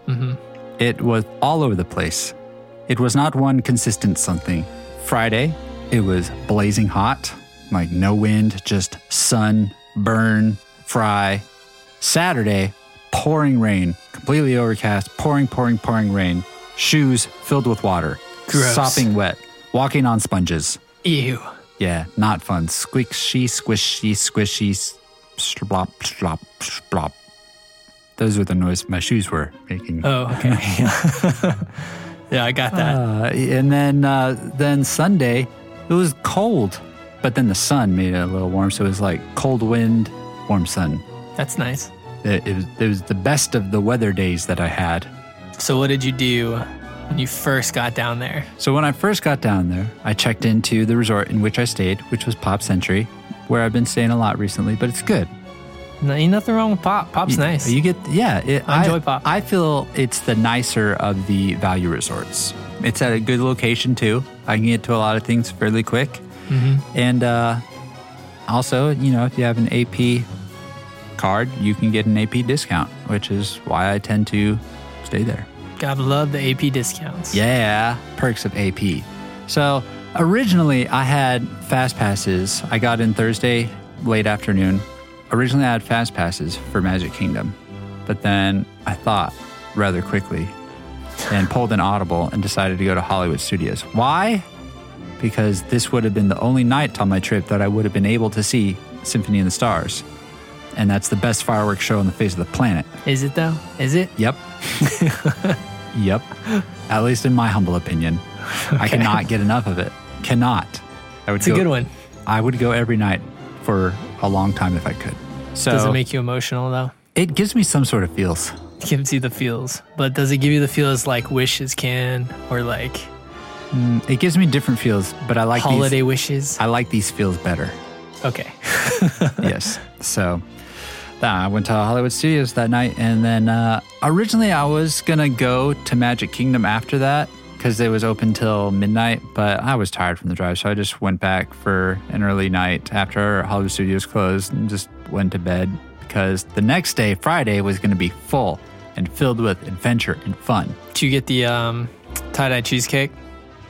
Speaker 2: It was all over the place. It was not one consistent something. Friday, it was blazing hot, like no wind, just sun, burn, fry. Saturday, pouring rain, completely overcast, pouring, pouring, pouring rain. Shoes filled with water,
Speaker 1: Gross.
Speaker 2: sopping wet, walking on sponges.
Speaker 1: Ew.
Speaker 2: Yeah, not fun. Squishy, squishy, squishy, s- slop, slop, slop. Those were the noise my shoes were making.
Speaker 1: Oh, okay. yeah, I got that.
Speaker 2: Uh, and then, uh, then Sunday, it was cold, but then the sun made it a little warm, so it was like cold wind, warm sun.
Speaker 1: That's nice.
Speaker 2: It, it was, it was the best of the weather days that I had.
Speaker 1: So, what did you do when you first got down there?
Speaker 2: So when I first got down there, I checked into the resort in which I stayed, which was Pop Century, where I've been staying a lot recently, but it's good.
Speaker 1: No, ain't nothing wrong with pop. Pop's
Speaker 2: You-
Speaker 1: nice.
Speaker 2: You get yeah. It,
Speaker 1: I enjoy pop.
Speaker 2: I feel it's the nicer of the value resorts. It's at a good location too. I can get to a lot of things fairly quick,
Speaker 1: Mm-hmm.
Speaker 2: and uh, also you know if you have an AP card, you can get an AP discount, which is why I tend to stay there.
Speaker 1: Gotta love the AP discounts.
Speaker 2: Yeah, perks of AP. So originally I had fast passes. I got in Thursday late afternoon. Originally I had fast passes for Magic Kingdom, but then I thought rather quickly and pulled an audible and decided to go to Hollywood Studios. Why? Because this would have been the only night on my trip that I would have been able to see Symphony of the Stars. And that's the best fireworks show on the face of the planet.
Speaker 1: Is it though? Is it?
Speaker 2: Yep. yep. At least in my humble opinion, I cannot get enough of it. Cannot. I would
Speaker 1: It's a good one.
Speaker 2: I would go every night for a long time if I could. So
Speaker 1: Does it make you emotional though?
Speaker 2: it gives me some sort of feels.
Speaker 1: It gives you the feels. But does it give you the feels like wishes can or like
Speaker 2: It gives me different feels, but I like
Speaker 1: holiday
Speaker 2: These,
Speaker 1: wishes?
Speaker 2: I like these feels better.
Speaker 1: Okay.
Speaker 2: yes. So I went to Hollywood Studios that night, and then uh, originally I was gonna go to Magic Kingdom after that because it was open till midnight. But I was tired from the drive, so I just went back for an early night after Hollywood Studios closed and just went to bed because the next day, Friday, was gonna be full and filled with adventure and fun.
Speaker 1: Do you get the um, tie dye cheesecake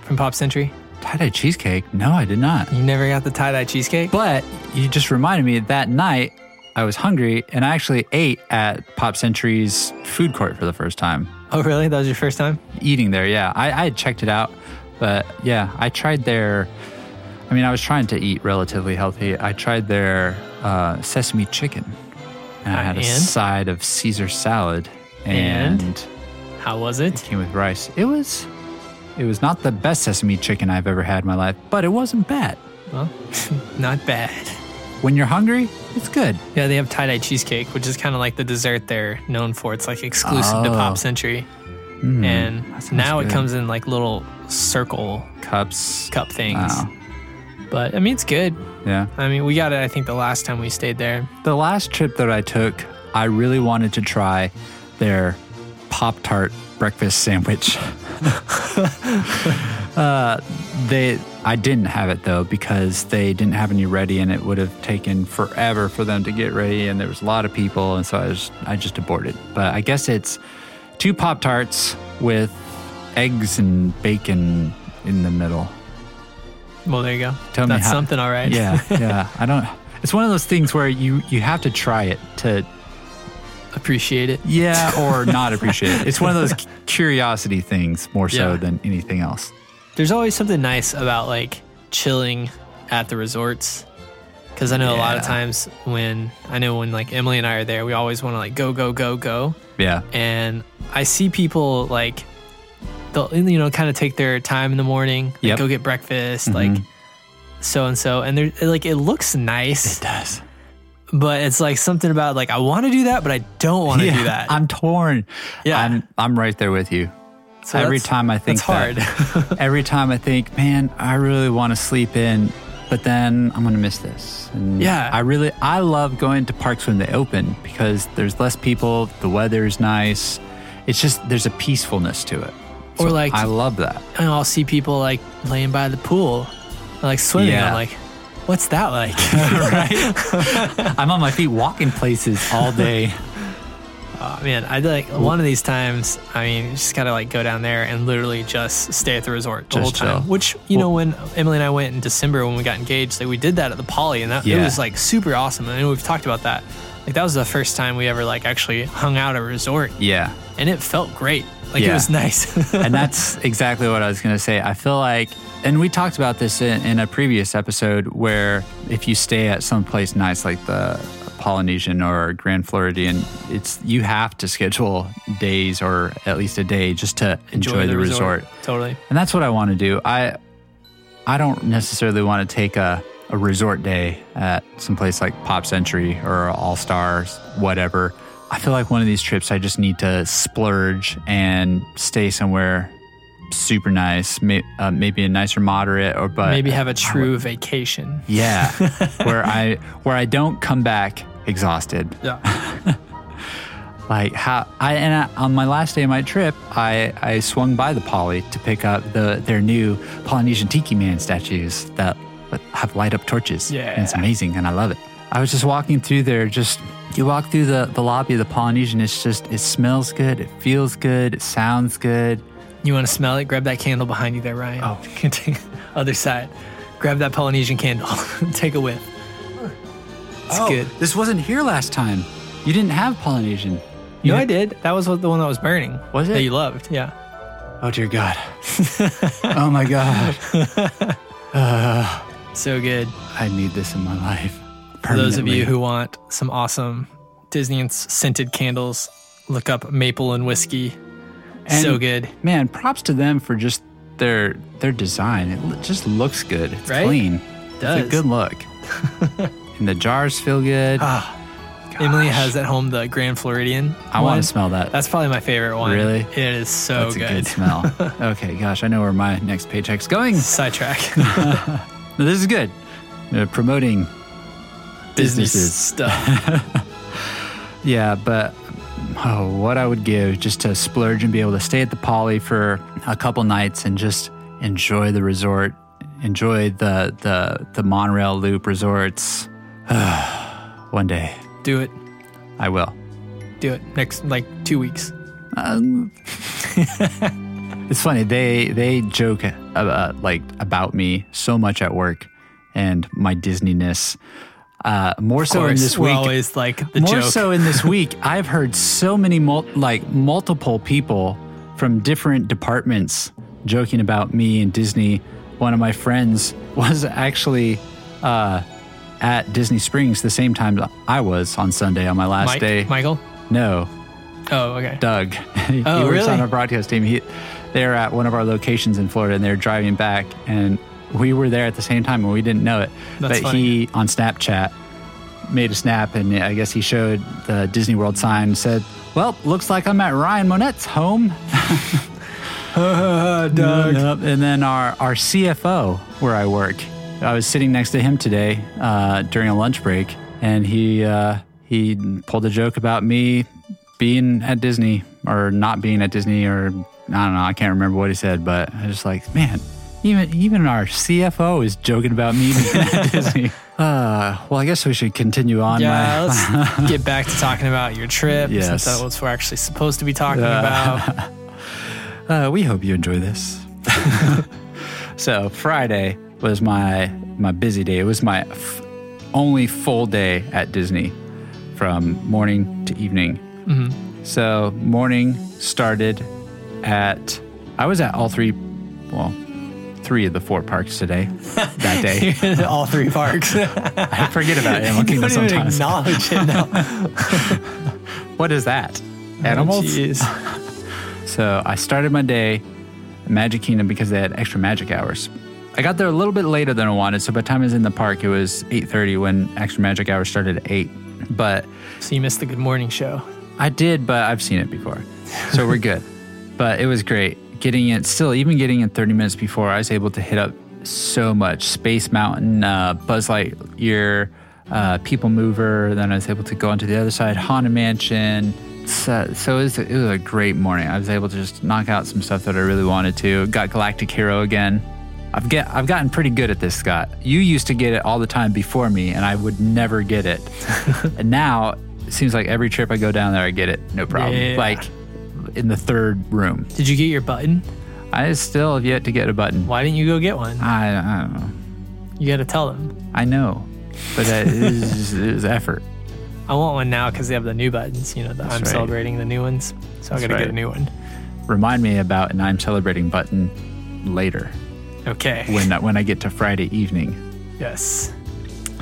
Speaker 1: from Pop Century?
Speaker 2: Tie dye cheesecake? No, I did not.
Speaker 1: You never got the tie dye cheesecake?
Speaker 2: But you just reminded me that night I was hungry and I actually ate at Pop Century's food court for the first time.
Speaker 1: Oh, really? That was your first time?
Speaker 2: Eating there, yeah. I, I had checked it out, but yeah, I tried their. I mean, I was trying to eat relatively healthy. I tried their uh, sesame chicken and I had a
Speaker 1: And?
Speaker 2: side of Caesar salad
Speaker 1: And?
Speaker 2: and
Speaker 1: How was it?
Speaker 2: came with rice. It was. It was not the best sesame chicken I've ever had in my life, but it wasn't bad.
Speaker 1: Well, not bad.
Speaker 2: When you're hungry, it's good.
Speaker 1: Yeah, they have tie dye cheesecake, which is kind of like the dessert they're known for. It's like exclusive to
Speaker 2: Oh. Hmm.
Speaker 1: Pop Century.
Speaker 2: sounds
Speaker 1: and now
Speaker 2: good.
Speaker 1: it comes in like little circle
Speaker 2: Cups.
Speaker 1: cup things.
Speaker 2: Wow.
Speaker 1: But I mean, it's good.
Speaker 2: Yeah.
Speaker 1: I mean, we got it, I think, the last time we stayed there.
Speaker 2: The last trip that I took, I really wanted to try their Pop Tart breakfast sandwich. uh, they, I didn't have it though because they didn't have any ready, and it would have taken forever for them to get ready, and there was a lot of people, and so I just, I just aborted. But I guess it's two Pop Tarts with eggs and bacon in the middle.
Speaker 1: Well, there you go.
Speaker 2: Tell me
Speaker 1: That's
Speaker 2: how-
Speaker 1: something, all right.
Speaker 2: Yeah, yeah. I don't. It's one of those things where you you have to try it to
Speaker 1: Appreciate it.
Speaker 2: Yeah, or not appreciate it. It's one of those cu- curiosity things more so
Speaker 1: Yeah.
Speaker 2: than anything else.
Speaker 1: There's always something nice about like chilling at the resorts. Cause I know a lot of
Speaker 2: Yeah.
Speaker 1: times when I know when like Emily and I are there, we always want to like go, go, go, go.
Speaker 2: Yeah.
Speaker 1: and I see people like they'll you know kind of take their time in the morning, like,
Speaker 2: Yep. Mm-hmm.
Speaker 1: go get breakfast, like so and so, and they're like it looks nice,
Speaker 2: does.
Speaker 1: but it's like something about like I want to do that, but I don't want to do that.
Speaker 2: I'm torn.
Speaker 1: Yeah.
Speaker 2: I'm I'm right there with you.
Speaker 1: So
Speaker 2: every
Speaker 1: that's-
Speaker 2: time I think
Speaker 1: that's
Speaker 2: that- every time I think, man, I really want to sleep in, but then I'm gonna miss this. And
Speaker 1: Yeah.
Speaker 2: I really I love going to parks when they open because there's less people, the weather is nice. It's just there's a peacefulness to it.
Speaker 1: Or like-
Speaker 2: I love that.
Speaker 1: and I'll see people like laying by the pool, like swimming.
Speaker 2: Yeah.
Speaker 1: I'm like, what's that like?
Speaker 2: I'm on my feet walking places all day.
Speaker 1: Oh, man, I like one of these times. I mean, you just gotta like go down there and literally just stay at the resort the
Speaker 2: Just
Speaker 1: whole time.
Speaker 2: chill.
Speaker 1: Which you know, when Emily and I went in December when we got engaged, like we did that at the Poly, and that it
Speaker 2: Yeah.
Speaker 1: was like super awesome. I know we've talked about that. Like that was the first time we ever like actually hung out at a resort,
Speaker 2: yeah.
Speaker 1: and it felt great. Like it
Speaker 2: Yeah.
Speaker 1: was nice.
Speaker 2: and that's exactly what I was going to say. I feel like, and we talked about this in, in a previous episode, where if you stay at some place nice like the Polynesian or Grand Floridian, it's you have to schedule days or at least a day just to enjoy, the, resort.
Speaker 1: Totally.
Speaker 2: And that's what I want to do. I I don't necessarily want to take a, a resort day at some place like Pop Century or All Stars, whatever. I feel like one of these trips I just need to splurge and stay somewhere super nice, may, uh, maybe a nicer moderate or but
Speaker 1: Maybe have a true vacation.
Speaker 2: yeah, where I where I don't come back exhausted
Speaker 1: Yeah.
Speaker 2: like how I and I, on my last day of my trip, I I swung by the Poly to pick up the their new Polynesian Tiki Man statues that have light up torches.
Speaker 1: Yeah.
Speaker 2: and it's amazing, and I love it. I was just walking through there, just you walk through the the lobby of the Polynesian. It's just it smells good, it feels good, it sounds good.
Speaker 1: You want to smell it? Grab that candle behind you there, Ryan. Oh, other side. Grab that Polynesian candle. Take a whiff. It's
Speaker 2: Oh.
Speaker 1: good.
Speaker 2: This wasn't here last time. You didn't have Polynesian. You
Speaker 1: no,
Speaker 2: had-
Speaker 1: I did. That was what- the one that was burning.
Speaker 2: Was
Speaker 1: That
Speaker 2: it?
Speaker 1: you loved. Yeah.
Speaker 2: Oh dear God. oh my God.
Speaker 1: So good.
Speaker 2: I need this in my life.
Speaker 1: For those of
Speaker 2: permanently.
Speaker 1: you who want some awesome Disney and s- scented candles, look up maple and whiskey.
Speaker 2: And-
Speaker 1: so good.
Speaker 2: man props to them for just their their design it l- just looks good it's
Speaker 1: Right?
Speaker 2: clean
Speaker 1: does.
Speaker 2: it's a good look and the jars feel good
Speaker 1: Ah, Emily has at home the Grand Floridian.
Speaker 2: i want
Speaker 1: one.
Speaker 2: to smell that
Speaker 1: That's probably my favorite one.
Speaker 2: Really?
Speaker 1: It is so
Speaker 2: That's a good smell okay gosh i know where my next paycheck's going
Speaker 1: Sidetrack.
Speaker 2: No, this is good Uh, promoting
Speaker 1: Disney
Speaker 2: Businesses.
Speaker 1: stuff.
Speaker 2: Yeah, but oh, what I would give just to splurge and be able to stay at the Poly for a couple nights and just enjoy the resort, enjoy the the the monorail loop resorts. One day
Speaker 1: Do it.
Speaker 2: I will.
Speaker 1: Do it. Next, like, two weeks.
Speaker 2: It's funny they they joke about, like about me so much at work and my Disneyness. Uh, more so in
Speaker 1: Course,
Speaker 2: this
Speaker 1: we're
Speaker 2: week.
Speaker 1: always like the
Speaker 2: more
Speaker 1: joke.
Speaker 2: so in this week i've heard so many mul- like multiple people from different departments joking about me and disney one of my friends was actually uh, at disney springs the same time i was on sunday on my last
Speaker 1: Mike,
Speaker 2: day
Speaker 1: Michael.
Speaker 2: no
Speaker 1: Oh, okay.
Speaker 2: Doug. he
Speaker 1: Oh,
Speaker 2: works
Speaker 1: really?
Speaker 2: on our broadcast team. He, they were at one of our locations in Florida, and they were driving back, and we were there at the same time, and we didn't know it.
Speaker 1: That's
Speaker 2: but he on Snapchat made a snap, and I guess he showed the Disney World sign, and said, "Well, looks like I'm at Ryan Monette's home." Doug. And then our our CFO, where I work, I was sitting next to him today uh, during a lunch break, and he uh, he pulled a joke about me being at Disney or not being at Disney, or I don't know, I can't remember what he said, but I was just like, man. Even even our CFO is joking about me being at Disney. Uh, well, I guess we should continue on. my-
Speaker 1: Yeah, let's get back to talking about your trip.
Speaker 2: Yes.
Speaker 1: Since that's what we're actually supposed to be talking about.
Speaker 2: Uh, we hope you enjoy this. so Friday was my my busy day. It was my f- only full day at Disney, from morning to evening. So morning started at I was at all three, well, three of the four parks today. That day,
Speaker 1: All three parks.
Speaker 2: I forget about Animal Kingdom
Speaker 1: don't even
Speaker 2: sometimes.
Speaker 1: acknowledge it now.
Speaker 2: What is that? Animals.
Speaker 1: Jeez.
Speaker 2: So I started my day at Magic Kingdom because they had extra magic hours. I got there a little bit later than I wanted, so by the time I was in the park, it was 8.30 when extra magic hours started at 8. But
Speaker 1: So you missed the Good Morning Show.
Speaker 2: I did, but I've seen it before. So we're good. but it was great. Getting it still, even getting it 30 minutes before, I was able to hit up so much Space Mountain, uh, Buzz Lightyear, uh, People Mover. Then I was able to go onto the other side, Haunted Mansion. So, so it, was, it was a great morning. I was able to just knock out some stuff that I really wanted to. Got Galactic Hero again. I've get I've gotten pretty good at this, Scott. You used to get it all the time before me, and I would never get it. and now it seems like every trip I go down there, I get it, no problem.
Speaker 1: Yeah.
Speaker 2: Like in the third room,
Speaker 1: Did you get your button?
Speaker 2: I still have yet to get a button.
Speaker 1: Why didn't you go get one?
Speaker 2: I, I don't know.
Speaker 1: You got to tell them.
Speaker 2: I know, but that is, is effort.
Speaker 1: I want one now because they have the new buttons. You know, the I'm
Speaker 2: right.
Speaker 1: celebrating the new ones, so I got to
Speaker 2: right.
Speaker 1: get a new one.
Speaker 2: Remind me about an I'm celebrating button later
Speaker 1: Okay.
Speaker 2: when I- when I get to Friday evening.
Speaker 1: Yes.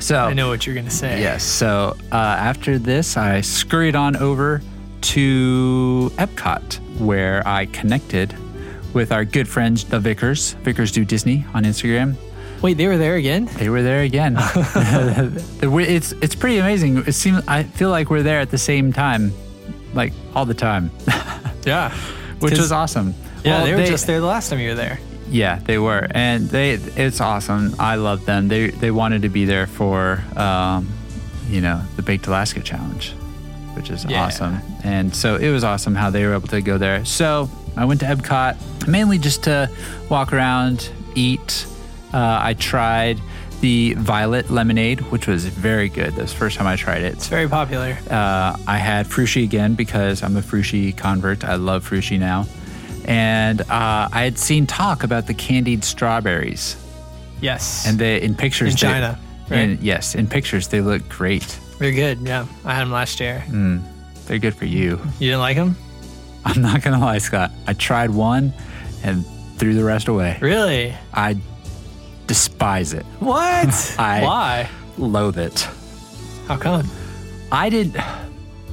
Speaker 2: So
Speaker 1: I know what you're gonna say.
Speaker 2: Yes. So uh, after this, I scurried on over to Epcot, where I connected with our good friends, the Vickers. Vickers do Disney on Instagram.
Speaker 1: Wait, they were there again?
Speaker 2: They were there again. The wi- it's it's pretty amazing. It seems I feel like we're there at the same time, like all the time,
Speaker 1: Yeah.
Speaker 2: which was awesome.
Speaker 1: Yeah,
Speaker 2: Well,
Speaker 1: they were just there the last time you were there.
Speaker 2: Yeah, they were, and they it's awesome. I love them. They they wanted to be there for um, you know the Baked Alaska Challenge, which is
Speaker 1: Yeah.
Speaker 2: awesome. And so it was awesome how they were able to go there. So I went to Epcot mainly just to walk around, eat. Uh, I tried the violet lemonade, which was very good. That's the first time I tried it.
Speaker 1: It's very popular.
Speaker 2: Uh, I had Frushi again because I'm a Frushi convert. I love Frushi now. And uh, I had seen talk about the candied strawberries.
Speaker 1: yes.
Speaker 2: And they in pictures
Speaker 1: In
Speaker 2: they-
Speaker 1: China, right?
Speaker 2: in- yes, in pictures they look great.
Speaker 1: they're good. Yeah, I had them last year.
Speaker 2: Mm. They're good for you.
Speaker 1: You didn't like them?
Speaker 2: I'm not gonna lie, Scott. I tried one and threw the rest away.
Speaker 1: Really?
Speaker 2: I despise it,
Speaker 1: What?
Speaker 2: I-
Speaker 1: Why?
Speaker 2: loathe it.
Speaker 1: How come?
Speaker 2: I did.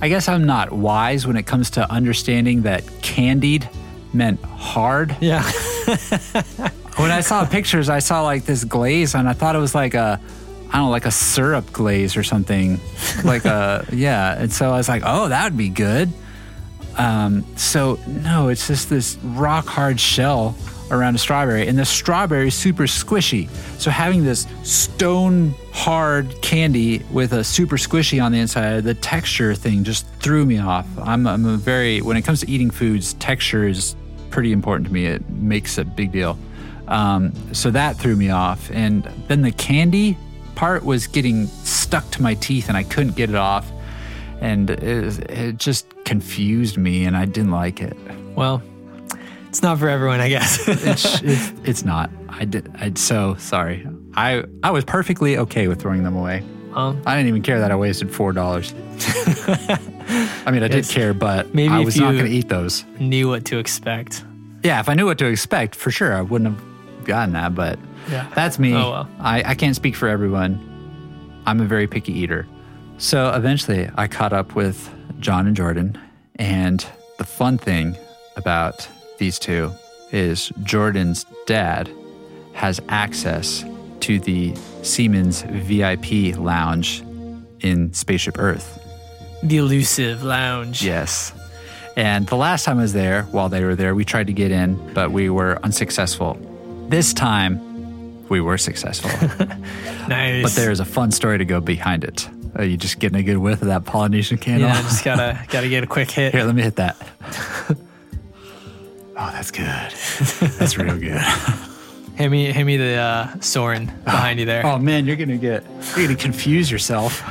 Speaker 2: I guess I'm not wise when it comes to understanding that candied meant hard.
Speaker 1: Yeah.
Speaker 2: when I saw pictures, I saw like this glaze, and I thought it was like a, I don't know, like a syrup glaze or something, like a yeah. And so I was like, oh, that would be good. Um, so no, it's just this rock hard shell around a strawberry, and the strawberry is super squishy. So having this stone hard candy with a super squishy on the inside, the texture thing just threw me off. I'm, I'm a very when it comes to eating foods, texture is pretty important to me. It makes a big deal. Um, so that threw me off, and then the candy part was getting stuck to my teeth, and I couldn't get it off. And it, it just confused me, and I didn't like it
Speaker 1: Well, it's not for everyone, I guess.
Speaker 2: it's, it's, it's not. I did. I, so sorry. I I was perfectly okay with throwing them away.
Speaker 1: Um,
Speaker 2: I didn't even care that I wasted four dollars. I mean, I did
Speaker 1: Yes.
Speaker 2: care, but
Speaker 1: Maybe
Speaker 2: I
Speaker 1: if
Speaker 2: was not
Speaker 1: you-
Speaker 2: going to eat those.
Speaker 1: Knew what to expect.
Speaker 2: Yeah, if I knew what to expect, for sure, I wouldn't have gotten that. But
Speaker 1: Yeah.
Speaker 2: that's me.
Speaker 1: Oh, well.
Speaker 2: I, I can't speak for everyone. I'm a very picky eater. So eventually, I caught up with John and Jordan. And the fun thing about these two is Jordan's dad has access to the Siemens VIP lounge in Spaceship Earth.
Speaker 1: The elusive lounge.
Speaker 2: Yes. And the last time I was there, while they were there, we tried to get in, but we were unsuccessful. This time, we were successful.
Speaker 1: Nice.
Speaker 2: but there's a fun story to go behind it. Are you just getting a good whiff of that Polynesian candle?
Speaker 1: Yeah, just gotta gotta get a quick hit.
Speaker 2: Here, let me hit that. oh, that's good. That's real good.
Speaker 1: Hand me hand me the uh, Soren behind you there.
Speaker 2: Oh man, you're gonna get you're gonna confuse yourself.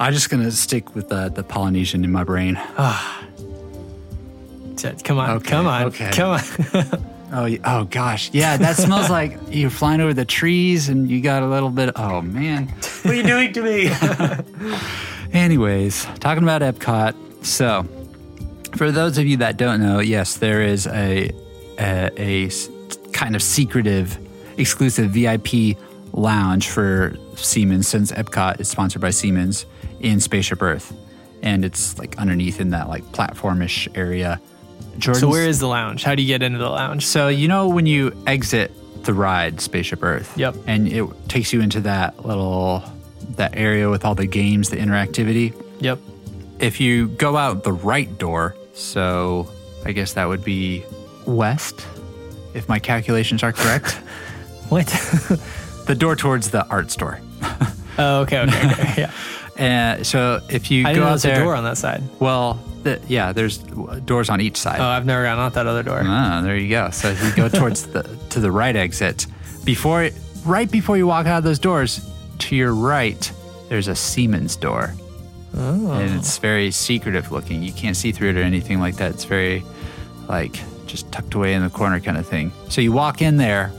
Speaker 2: I'm just gonna stick with uh, the, the Polynesian in my brain.
Speaker 1: Come on,
Speaker 2: okay,
Speaker 1: come on,
Speaker 2: okay.
Speaker 1: come on.
Speaker 2: Oh, y- oh gosh, yeah, that smells like you're flying over the trees and you got a little bit. Oh man, what are you doing to me? Anyways, talking about Epcot. So, for those of you that don't know, yes, there is a a, a s- kind of secretive, exclusive VIP lounge for Siemens since Epcot is sponsored by Siemens in Spaceship Earth, and it's like underneath in that like platformish area. Jordan's,
Speaker 1: So where is the lounge? How do you get into the lounge?
Speaker 2: so you know when you exit the ride Spaceship Earth.
Speaker 1: Yep.
Speaker 2: And it takes you into that little that area with all the games, the interactivity.
Speaker 1: Yep.
Speaker 2: If you go out the right door, so I guess that would be west, if my calculations are correct.
Speaker 1: What?
Speaker 2: the door towards the art store.
Speaker 1: oh, okay, okay, okay. Yeah.
Speaker 2: And so if you
Speaker 1: I
Speaker 2: go
Speaker 1: didn't know
Speaker 2: out
Speaker 1: there's a
Speaker 2: there,
Speaker 1: door on that side.
Speaker 2: well, the, yeah, there's doors on each side.
Speaker 1: Oh, I've never gone out that other door.
Speaker 2: Ah, there you go. So if you go towards the to the right exit, before right before you walk out of those doors, to your right, there's a Siemens door, and it's very secretive looking. You can't see through it or anything like that. It's very like just tucked away in the corner kind of thing. So you walk in there.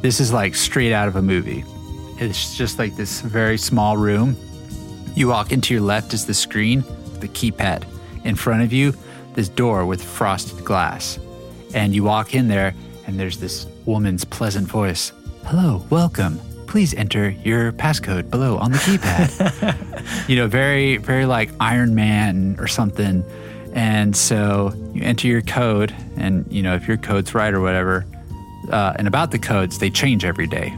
Speaker 2: This is like straight out of a movie. It's just like this very small room. You walk into your left is the screen, the keypad. In front of you, this door with frosted glass. And you walk in there, and there's this woman's pleasant voice Hello, welcome. Please enter your passcode below on the keypad. you know, very, very like Iron Man or something. And so you enter your code, and you know, if your code's right or whatever, uh, and about the codes, they change every day.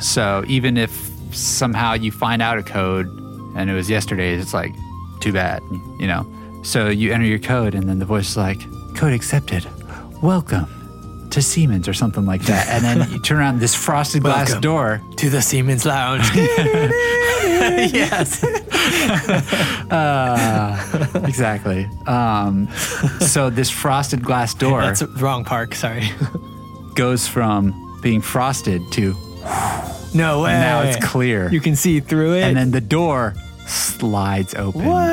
Speaker 2: So even if somehow you find out a code and it was yesterday's, it's like, too bad, you know? So you enter your code and then the voice is like, code accepted. Welcome to Siemens or something like that. And then you turn around this frosted glass
Speaker 1: Welcome.
Speaker 2: door.
Speaker 1: To the Siemens lounge. yes.
Speaker 2: Exactly. Um, so this frosted glass door
Speaker 1: That's the wrong park. Sorry.
Speaker 2: goes from being frosted to
Speaker 1: No way.
Speaker 2: now it's clear.
Speaker 1: You can see through it.
Speaker 2: and then the door slides open
Speaker 1: What?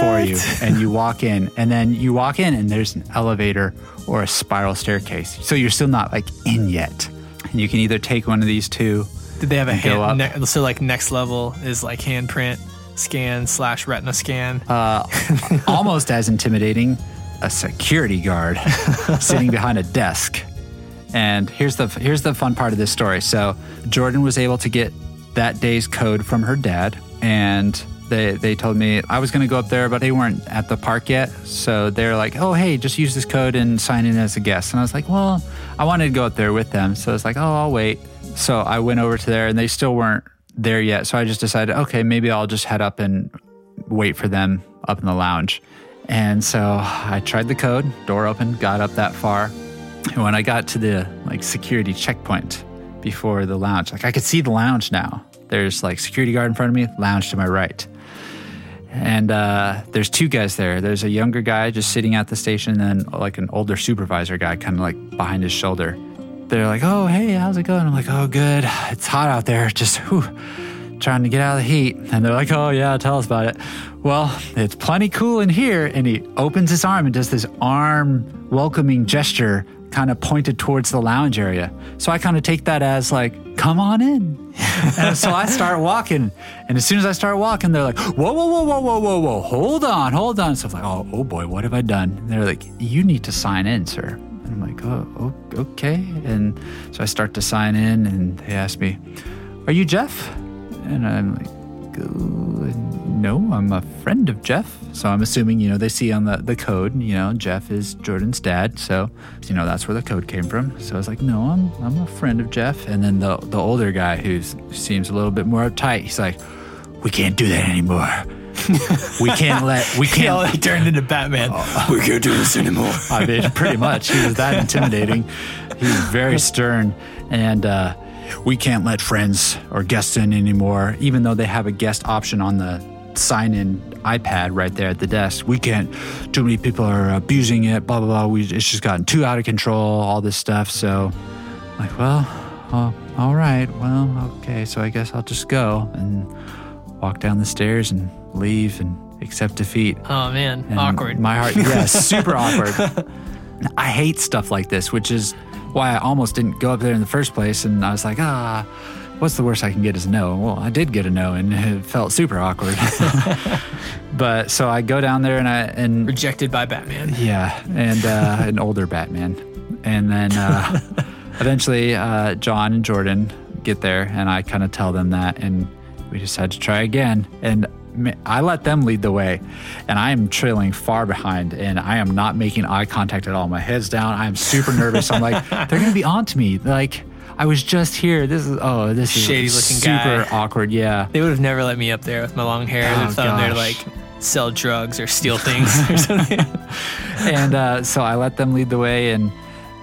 Speaker 2: for you and you walk in and then you walk in and there's an elevator or a spiral staircase so you're still not like in yet and you can either take one of these two
Speaker 1: Did they have a
Speaker 2: go up.
Speaker 1: hand? Ne- so like next level is like handprint scan slash retina scan.
Speaker 2: Um, almost as intimidating a security guard sitting behind a desk and here's the here's the fun part of this story so jordan was able to get that day's code from her dad and they they told me i was going to go up there but they weren't at the park yet so they're like oh hey just use this code and sign in as a guest and i was like well i wanted to go up there with them so I was like oh i'll wait so i went over to there and they still weren't there yet so i just decided okay maybe i'll just head up and wait for them up in the lounge. And so I tried the code, door open, got up that far, And when I got to the like security checkpoint before the lounge, like I could see the lounge now. There's like security guard in front of me, lounge to my right. And uh, there's two guys there. There's a younger guy just sitting at the station, and then like an older supervisor guy kind of like behind his shoulder. They're like, oh, hey, how's it going? I'm like, oh, good. It's hot out there. Just whew, trying to get out of the heat. And they're like, oh, yeah, tell us about it. Well, it's plenty cool in here. And he opens his arm and does this arm welcoming gesture, kind of pointed towards the lounge area. So I kind of take that as like, come on in. and so I start walking. And as soon as I start walking, they're like, whoa, whoa, whoa, whoa, whoa, whoa, whoa, hold on, hold on. So I'm like, oh, oh boy, what have I done? And they're like, you need to sign in, sir. And I'm like, oh, o- okay. And so I start to sign in, and they ask me, are you Jeff? And I'm like, "Uh, no, I'm a friend of Jeff. So I'm assuming, you know, they see on the, the code, you know, Jeff is Jordan's dad. So, you know, that's where the code came from. So I was like, no, I'm, I'm a friend of Jeff. And then the, the older guy who seems a little bit more uptight, he's like, we can't do that anymore. we can't let, we
Speaker 1: He all
Speaker 2: can't,
Speaker 1: turned into Batman.
Speaker 2: oh.
Speaker 6: We can't do this anymore.
Speaker 2: I mean, pretty much. He was that intimidating. He was very stern. And uh, we can't let friends or guests in anymore, even though they have a guest option on the sign in iPad right there at the desk. We can't, too many people are abusing it, blah, blah, blah. We, it's just gotten too out of control, all this stuff. So, like, well, uh, all right. Well, okay. So I guess I'll just go and walk down the stairs and leave and accept defeat.
Speaker 1: Oh man,
Speaker 2: And
Speaker 1: awkward.
Speaker 2: My heart, yeah, super awkward. I hate stuff like this, which is why I almost didn't go up there in the first place. And I was like, ah, what's the worst I can get is a no. Well, I did get a no, and it felt super awkward. but so I go down there, and I and
Speaker 1: Rejected by Batman.
Speaker 2: yeah, and uh, an older Batman, and then uh, eventually uh, John and Jordan get there, and I kind of tell them that, and we just had to try again, and ma- I let them lead the way, and I am trailing far behind, and I am not making eye contact at all. My head's down. I'm super nervous. I'm like, they're gonna be on to me, like. I was just here. This is oh, this is
Speaker 1: Shady-looking
Speaker 2: super
Speaker 1: guy.
Speaker 2: awkward. Yeah,
Speaker 1: They would have never let me up there with my long hair.
Speaker 2: Oh,
Speaker 1: they thought I'm there to
Speaker 2: gosh.
Speaker 1: like sell drugs or steal things or something.
Speaker 2: and uh, so I let them lead the way, and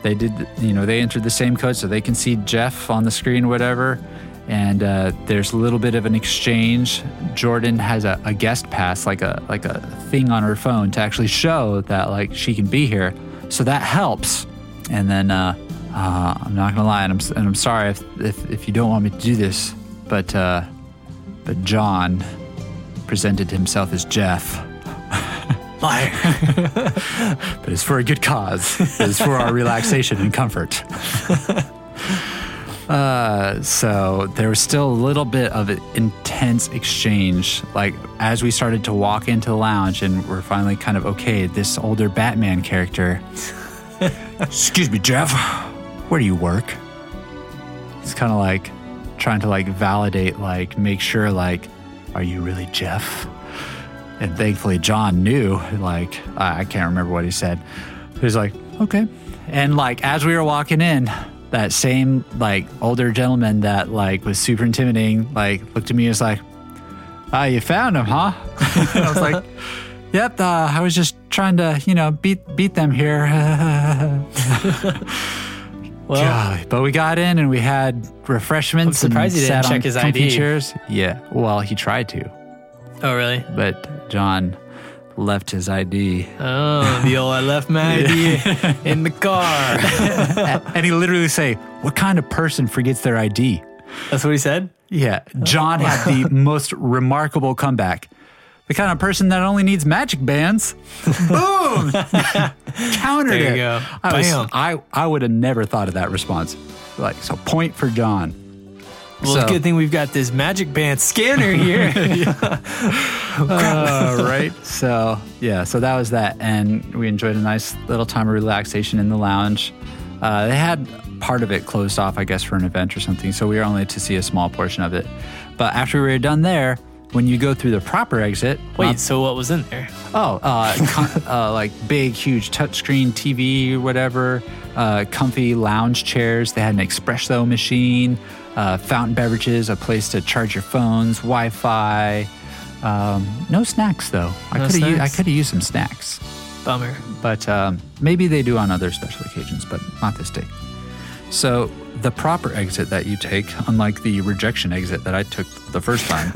Speaker 2: they did. You know, they entered the same code, so they can see Jeff on the screen, whatever. And uh, there's a little bit of an exchange. Jordan has a, a guest pass, like a like a thing on her phone to actually show that like she can be here, so that helps. And then uh, uh, I'm not gonna lie, and I'm s- and I'm sorry if, if if you don't want me to do this, but uh, but John presented himself as Jeff.
Speaker 1: Liar.
Speaker 2: but it's for a good cause. It's for our relaxation and comfort. uh, so there was still a little bit of an intense exchange. Like as we started to walk into the lounge and we're finally kind of okay, this older Batman character. Excuse me, Jeff. Where do you work? It's kind of like trying to like validate, like make sure, like, are you really Jeff? And thankfully, John knew, like, I, I can't remember what he said. He was like, okay. And like, as we were walking in, that same like older gentleman that like was super intimidating, like looked at me and was like, ah, you found him, huh? and I was like, yep, uh, I was just trying to, you know, beat, beat them here.
Speaker 1: Well,
Speaker 2: Golly, but we got in and we had refreshments.
Speaker 1: I'm surprised
Speaker 2: and
Speaker 1: he didn't
Speaker 2: sat on
Speaker 1: check his
Speaker 2: comfy
Speaker 1: ID.
Speaker 2: Chairs. Yeah. Well, he tried to,
Speaker 1: oh really?
Speaker 2: but John left his ID
Speaker 1: Oh, the old I left my ID in the car.
Speaker 2: and he literally say, "What kind of person forgets their ID?"
Speaker 1: That's what he said.
Speaker 2: Yeah, John had the most remarkable comeback. The kind of person that only needs magic bands. Boom! Countered
Speaker 1: There you
Speaker 2: it.
Speaker 1: go.
Speaker 2: I, was-
Speaker 1: Bam.
Speaker 2: I I would have never thought of that response. Like so, point for John.
Speaker 1: Well,
Speaker 2: So-
Speaker 1: it's a good thing we've got this magic band scanner here.
Speaker 2: Uh, right. So yeah, so that was that, and we enjoyed a nice little time of relaxation in the lounge. Uh, they had part of it closed off, I guess, for an event or something, so we were only to see a small portion of it. But after we were done there, when you go through the proper exit,
Speaker 1: Wait, so what was in there?
Speaker 2: Oh, uh, con- uh, like big, huge touchscreen TV, whatever, uh, comfy lounge chairs. They had an espresso machine, uh, fountain beverages, a place to charge your phones, Wi Fi. Um, no snacks though. I
Speaker 1: No
Speaker 2: could have
Speaker 1: snacks?
Speaker 2: I could have used some snacks.
Speaker 1: Bummer. Oh,
Speaker 2: but um, maybe they do on other special occasions, but not this day. So the proper exit that you take, unlike the rejection exit that I took the first time,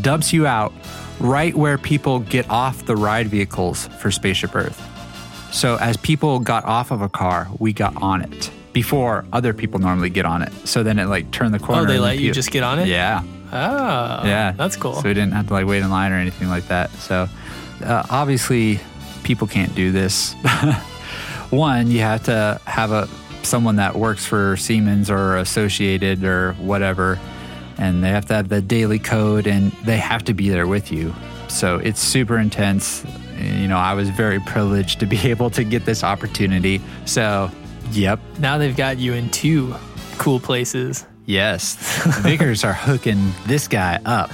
Speaker 2: dumps you out right where people get off the ride vehicles for Spaceship Earth. So as people got off of a car, we got on it before other people normally get on it. So then it like turned the corner.
Speaker 1: Oh, they
Speaker 2: and
Speaker 1: let you
Speaker 2: peo-
Speaker 1: just get on it?
Speaker 2: Yeah.
Speaker 1: Oh,
Speaker 2: Yeah,
Speaker 1: That's cool.
Speaker 2: So we didn't have to like wait in line or anything like that. So uh, obviously, people can't do this. One, you have to have a someone that works for Siemens or Associated or whatever, and they have to have the daily code, and they have to be there with you. So it's super intense. You know, I was very privileged to be able to get this opportunity. So, yep,
Speaker 1: Now they've got you in two cool places.
Speaker 2: Yes. Vickers are hooking this guy up.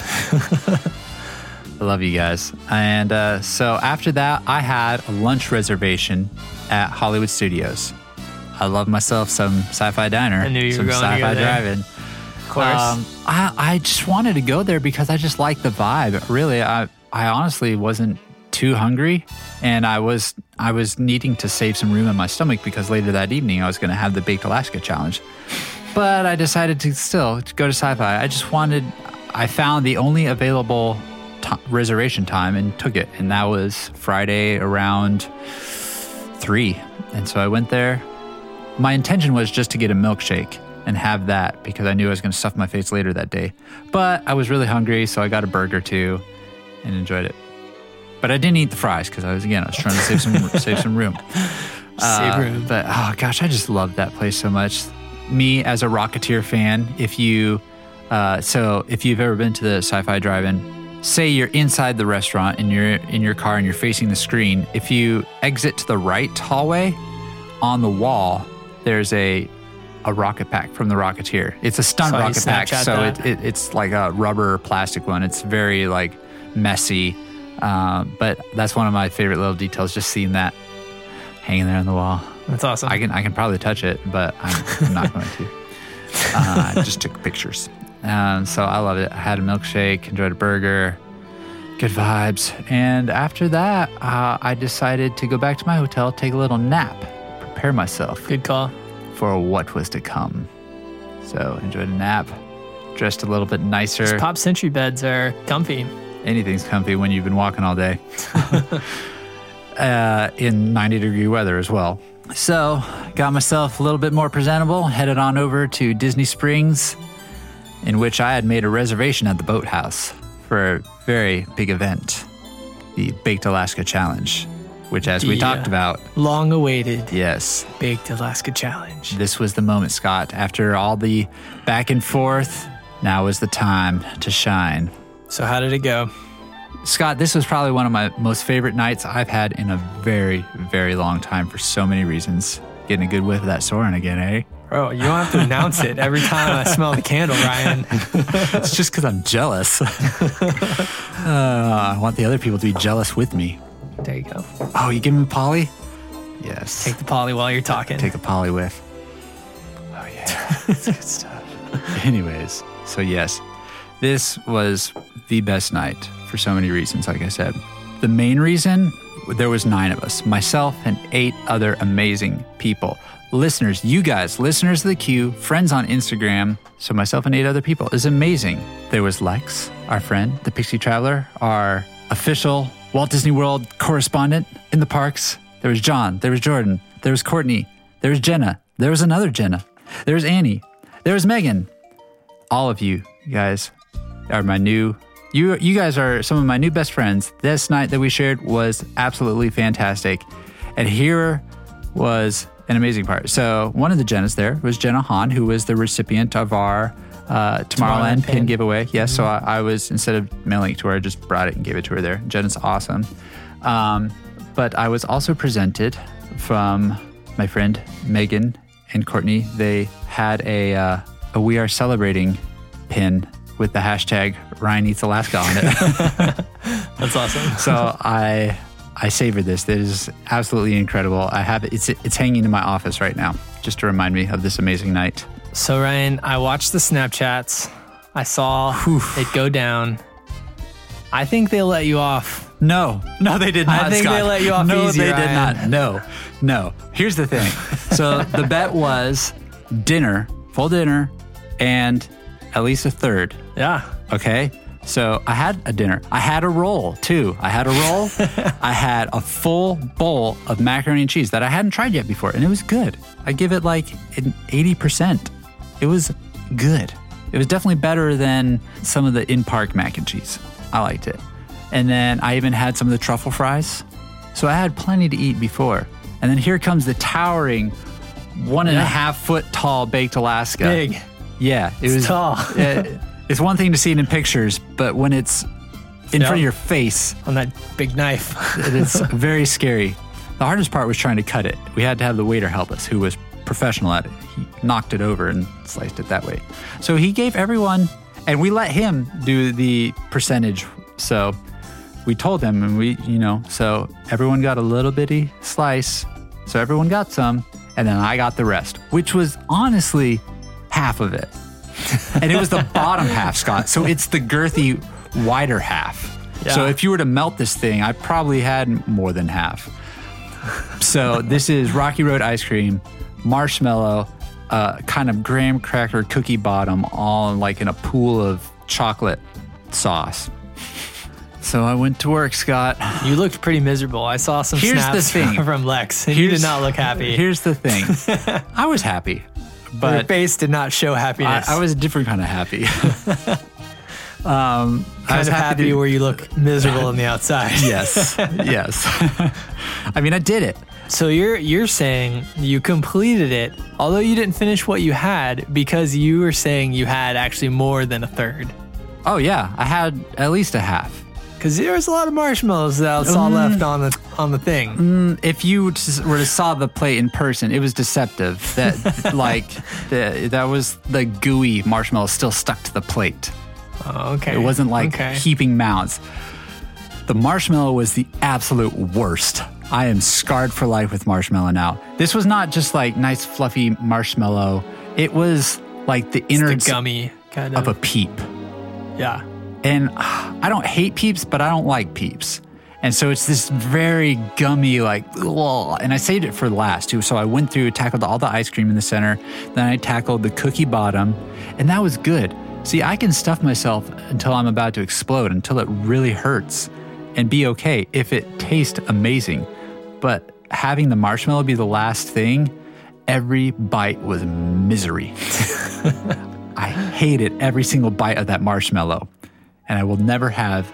Speaker 2: I love you guys. And uh, so after that, I had a lunch reservation at Hollywood Studios. I love myself some sci fi diner.
Speaker 1: I knew you were
Speaker 2: some
Speaker 1: going to go
Speaker 2: sci-fi
Speaker 1: there.
Speaker 2: driving.
Speaker 1: Of course.
Speaker 2: Um, I, I just wanted to go there because I just like the vibe. Really, I I honestly wasn't too hungry, and I was I was needing to save some room in my stomach because later that evening I was going to have the Baked Alaska challenge. But I decided to still go to sci-fi. I just wanted. I found the only available ti reservation time and took it, and that was Friday around three. And so I went there. My intention was just to get a milkshake and have that because I knew I was going to stuff my face later that day. But I was really hungry, so I got a burger too and enjoyed it. But I didn't eat the fries because I was again I was trying to save some save some room.
Speaker 1: Save
Speaker 2: Uh,
Speaker 1: room.
Speaker 2: But oh gosh, I just love that place so much. Me as a Rocketeer fan, if you uh, so if you've ever been to the Sci-Fi Drive-In, say you're inside the restaurant and you're in your car and you're facing the screen. If you exit to the right hallway, on the wall, there's a a rocket pack from the Rocketeer. It's a stunt
Speaker 1: Saw you
Speaker 2: rocket pack,
Speaker 1: Snapchat
Speaker 2: so
Speaker 1: that.
Speaker 2: it, it, it's like a rubber plastic one. It's very like messy, um, but that's one of my favorite little details. Just seeing that hanging there on the wall.
Speaker 1: That's awesome.
Speaker 2: I can I can probably touch it, but I'm, I'm not going to. Uh, I just took pictures. Um, so I love it. I had a milkshake, enjoyed a burger, good vibes. And after that, uh, I decided to go back to my hotel, take a little nap, prepare myself
Speaker 1: Good call.
Speaker 2: for what was to come. So enjoyed a nap, dressed a little bit nicer.
Speaker 1: Pop Century beds are comfy.
Speaker 2: Anything's comfy when you've been walking all day. uh, in 90 degree weather as well. So, got myself a little bit more presentable, headed on over to Disney Springs, in which I had made a reservation at the boathouse for a very big event, the Baked Alaska Challenge, which, as we
Speaker 1: Yeah.
Speaker 2: talked about,
Speaker 1: Long awaited
Speaker 2: yes,
Speaker 1: Baked Alaska Challenge.
Speaker 2: this was the moment, Scott. After all the back and forth, now is the time to shine.
Speaker 1: So, how did it go?
Speaker 2: Scott, this was probably one of my most favorite nights I've had in a very, very long time for so many reasons. Getting a good whiff of that Soren again, eh?
Speaker 1: Bro, you don't have to announce it every time I smell the candle, Ryan.
Speaker 2: It's just because I'm jealous. Uh, I want the other people to be jealous with me.
Speaker 1: There you go.
Speaker 2: Oh, you giving me Polly? Yes.
Speaker 1: Take the poly while you're talking.
Speaker 2: Take a Polly whiff. Oh, yeah. it's good stuff. Anyways, so yes, this was the best night for so many reasons, like I said. The main reason there was nine of us, myself and eight other amazing people. Listeners, you guys, listeners of the queue, friends on Instagram, so myself and eight other people is amazing. There was Lex, our friend, the Pixie Traveler, our official Walt Disney World correspondent in the parks. There was John, there was Jordan, there was Courtney, there was Jenna, there was another Jenna, there was Annie, there was Megan, all of you guys are my new you you guys are some of my new best friends. This night that we shared was absolutely fantastic. And here was an amazing part. So one of the Jennas there was Jenna Hahn, who was the recipient of our uh, Tomorrowland,
Speaker 1: Tomorrowland
Speaker 2: pin, Mm-hmm.
Speaker 1: pin.
Speaker 2: giveaway. Yes, so I, I was instead of mailing it to her, I just brought it and gave it to her there. Jenna's awesome. Um, but I was also presented from my friend Megan and Courtney. They had a, uh, a "We Are Celebrating" pin with the hashtag Ryan Eats Alaska on it.
Speaker 1: That's awesome.
Speaker 2: so I I savored this. This is absolutely incredible. I have it. It's it's hanging in my office right now, just to remind me of this amazing night.
Speaker 1: So, Ryan, I watched the Snapchats. I saw it go down. I think they let you off
Speaker 2: No, no, they did
Speaker 1: I
Speaker 2: not.
Speaker 1: think
Speaker 2: Scott.
Speaker 1: they let you off
Speaker 2: No,
Speaker 1: easy,
Speaker 2: they did
Speaker 1: Ryan.
Speaker 2: not. No, no. Here's the thing. So the bet was dinner, full dinner, and at least a third.
Speaker 1: Yeah.
Speaker 2: Okay. So I had a dinner. I had a roll too. I had a roll. I had a full bowl of macaroni and cheese that I hadn't tried yet before, and it was good. I give it like an 80%. It was good. It was definitely better than some of the in park mac and cheese. I liked it. And then I even had some of the truffle fries. So I had plenty to eat before. And then here comes the towering one and a half foot tall baked Alaska.
Speaker 1: Big.
Speaker 2: Yeah, it was
Speaker 1: tall.
Speaker 2: it- it's one thing to see it in pictures, but when it's in
Speaker 1: Yeah.
Speaker 2: front of your face,
Speaker 1: On that big knife.
Speaker 2: it's very scary. The hardest part was trying to cut it. We had to have the waiter help us, who was professional at it. He knocked it over and sliced it that way. So he gave everyone, and we let him do the percentage. So we told them, and we, you know, so everyone got a little bitty slice. So everyone got some, and then I got the rest, which was honestly half of it. and it was the bottom half, Scott. So it's the girthy, wider half. So if you were to melt this thing, I probably had more than half. So this is Rocky Road ice cream, marshmallow, uh, kind of graham cracker cookie bottom, all like in a pool of chocolate sauce. So I went to work, Scott.
Speaker 1: you looked pretty miserable. I saw some
Speaker 2: Here's the
Speaker 1: snaps
Speaker 2: thing.
Speaker 1: from Lex, and you did
Speaker 2: Here's-
Speaker 1: not look happy.
Speaker 2: Here's the thing, I was happy,
Speaker 1: Your
Speaker 2: but
Speaker 1: face did not show
Speaker 2: I,
Speaker 1: happiness.
Speaker 2: I was a different kind of happy. um, I
Speaker 1: kind
Speaker 2: was
Speaker 1: of happy
Speaker 2: to-
Speaker 1: where you look miserable on the outside.
Speaker 2: yes, yes. I mean, I did it.
Speaker 1: So you're you're saying you completed it, although you didn't finish what you had because you were saying you had actually more than a third.
Speaker 2: Oh yeah, I had at least a half.
Speaker 1: Because there was a lot of marshmallows that I saw
Speaker 2: Mm.
Speaker 1: left on the on the thing.
Speaker 2: If you just were to saw the plate in person, it was deceptive. That like the, that was the gooey marshmallow still stuck to the plate.
Speaker 1: Oh, okay,
Speaker 2: It wasn't like
Speaker 1: okay.
Speaker 2: heaping mounds. The marshmallow was the absolute worst. I am scarred for life with marshmallow now. This was not just like nice fluffy marshmallow. It was like the inner
Speaker 1: the gummy kind
Speaker 2: of
Speaker 1: of.
Speaker 2: a peep.
Speaker 1: yeah,
Speaker 2: And ah, I don't hate peeps, but I don't like peeps. And so it's this very gummy, like, ugh. and I saved it for last too. So I went through, tackled all the ice cream in the center, then I tackled the cookie bottom, and that was good. See, I can stuff myself until I'm about to explode, until it really hurts, and be okay if it tastes amazing. But having the marshmallow be the last thing, every bite was misery. I hated every single bite of that marshmallow, and I will never have.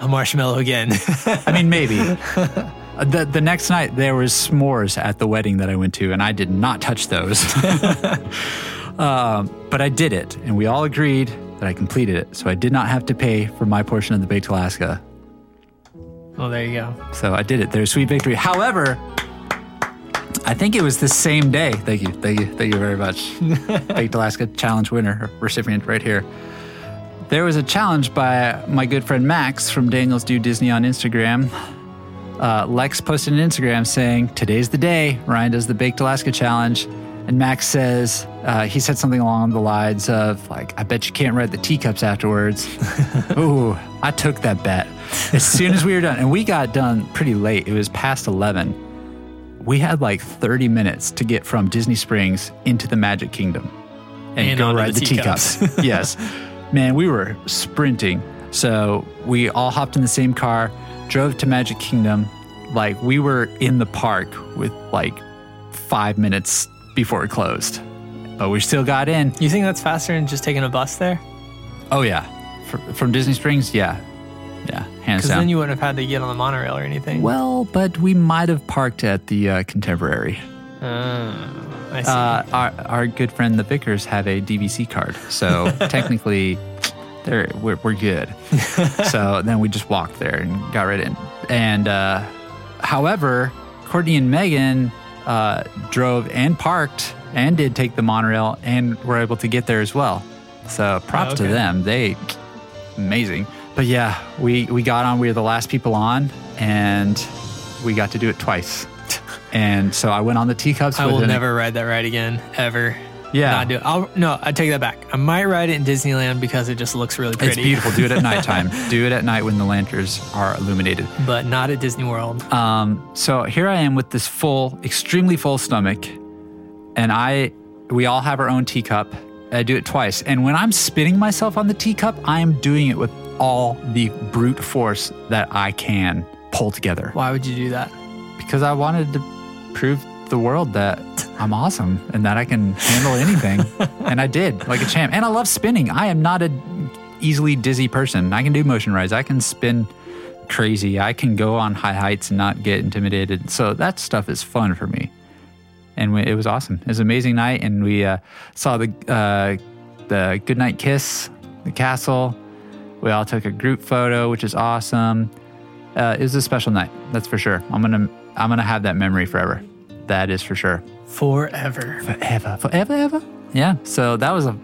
Speaker 1: a marshmallow again.
Speaker 2: I mean, maybe. Uh, the The next night there was s'mores at the wedding that I went to, and I did not touch those. um, but I did it, and we all agreed that I completed it, so I did not have to pay for my portion of the baked Alaska.
Speaker 1: well, there you go.
Speaker 2: So I did it. There's sweet victory. However. I think it was the same day. Thank you. Thank you. Thank you very much. Baked Alaska Challenge winner, recipient right here. There was a challenge by my good friend Max from Daniels Do Disney on Instagram. Uh, Lex posted an Instagram saying, Today's the day. Ryan does the Baked Alaska Challenge. And Max says, uh, he said something along the lines of, like, I bet you can't ride the teacups afterwards. Ooh, I took that bet. As soon as we were done, and we got done pretty late, it was past 11 we had like 30 minutes to get from Disney Springs into the Magic Kingdom and,
Speaker 1: And
Speaker 2: go
Speaker 1: onto
Speaker 2: ride
Speaker 1: the
Speaker 2: the teacups. yes. Man, we were sprinting. So we all hopped in the same car, drove to Magic Kingdom. Like we were in the park with like five minutes before it closed, but we still got in.
Speaker 1: You think that's faster than just taking a bus there?
Speaker 2: Oh, yeah. Fr- from Disney Springs? Yeah. Yeah. Hands
Speaker 1: Because
Speaker 2: down.
Speaker 1: then you wouldn't have had to get on the monorail or anything.
Speaker 2: well, but we might have parked at the uh, Contemporary.
Speaker 1: I see.
Speaker 2: Uh, our, our good friend the Vickers had a DVC card, so technically, there we're, we're good. so then we just walked there and got right in. And uh, however, Courtney and Megan uh, drove and parked and did take the monorail and were able to get there as well. So props
Speaker 1: okay.
Speaker 2: to them. They amazing. But yeah, we we got on. We were the last people on, and we got to do it twice. And so I went on the teacups.
Speaker 1: I
Speaker 2: with
Speaker 1: will
Speaker 2: an-
Speaker 1: never ride that ride again ever.
Speaker 2: Yeah.
Speaker 1: Not do it. I'll, no, I take that back. I might ride it in Disneyland because it just looks really pretty.
Speaker 2: It's beautiful. Do it at nighttime. do it at night when the lanterns are illuminated.
Speaker 1: But not at Disney World.
Speaker 2: Um, so here I am with this full, extremely full stomach, and I, we all have our own teacup. I do it twice, and when I'm spinning myself on the teacup, I am doing it with all the brute force that I can pull together
Speaker 1: Why would you do that?
Speaker 2: because I wanted to prove the world that I'm awesome and that I can handle anything, and I did like a champ. And I love spinning. I am not a easily dizzy person. I can do motion rides. I can spin crazy. I can go on high heights and not get intimidated. So that stuff is fun for me. And we, it was awesome. It was an amazing night, and we uh, saw the uh, the goodnight kiss, the castle. We all took a group photo, which is awesome. Uh, it was a special night, that's for sure. I'm gonna I'm gonna have that memory forever. That is for sure.
Speaker 1: Forever.
Speaker 2: Forever, forever, ever. Yeah. So that was a,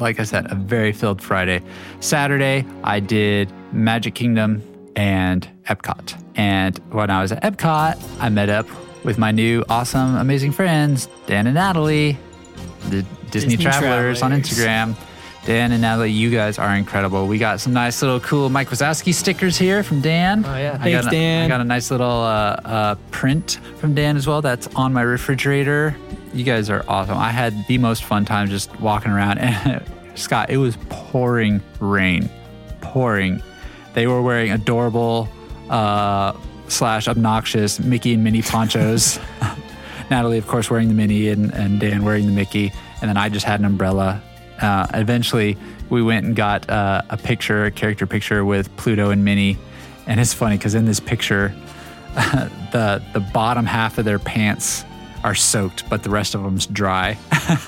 Speaker 2: like I said, a very filled Friday. Saturday, I did Magic Kingdom and Epcot. And when I was at Epcot, I met up with my new awesome, amazing friends, Dan and Natalie, the Disney,
Speaker 1: Disney
Speaker 2: Travelers, on
Speaker 1: Travelers.
Speaker 2: Instagram. Dan and Natalie, you guys are incredible. We got some nice little cool Mike Wazowski stickers here from Dan.
Speaker 1: Oh, yeah.
Speaker 2: I got
Speaker 1: Thanks,
Speaker 2: a-
Speaker 1: Dan.
Speaker 2: I got a nice little uh, uh, print from Dan as well. That's on my refrigerator. You guys are awesome. I had the most fun time just walking around. And Scott, it was pouring rain, pouring. They were wearing adorable uh, slash obnoxious Mickey and Minnie ponchos. Natalie, of course, wearing the mini, and, and Dan wearing the Mickey. And then I just had an umbrella. Uh, eventually, we went and got uh, a picture, a character picture with Pluto and Minnie. And it's funny because in this picture, the the bottom half of their pants are soaked, but the rest of them's dry.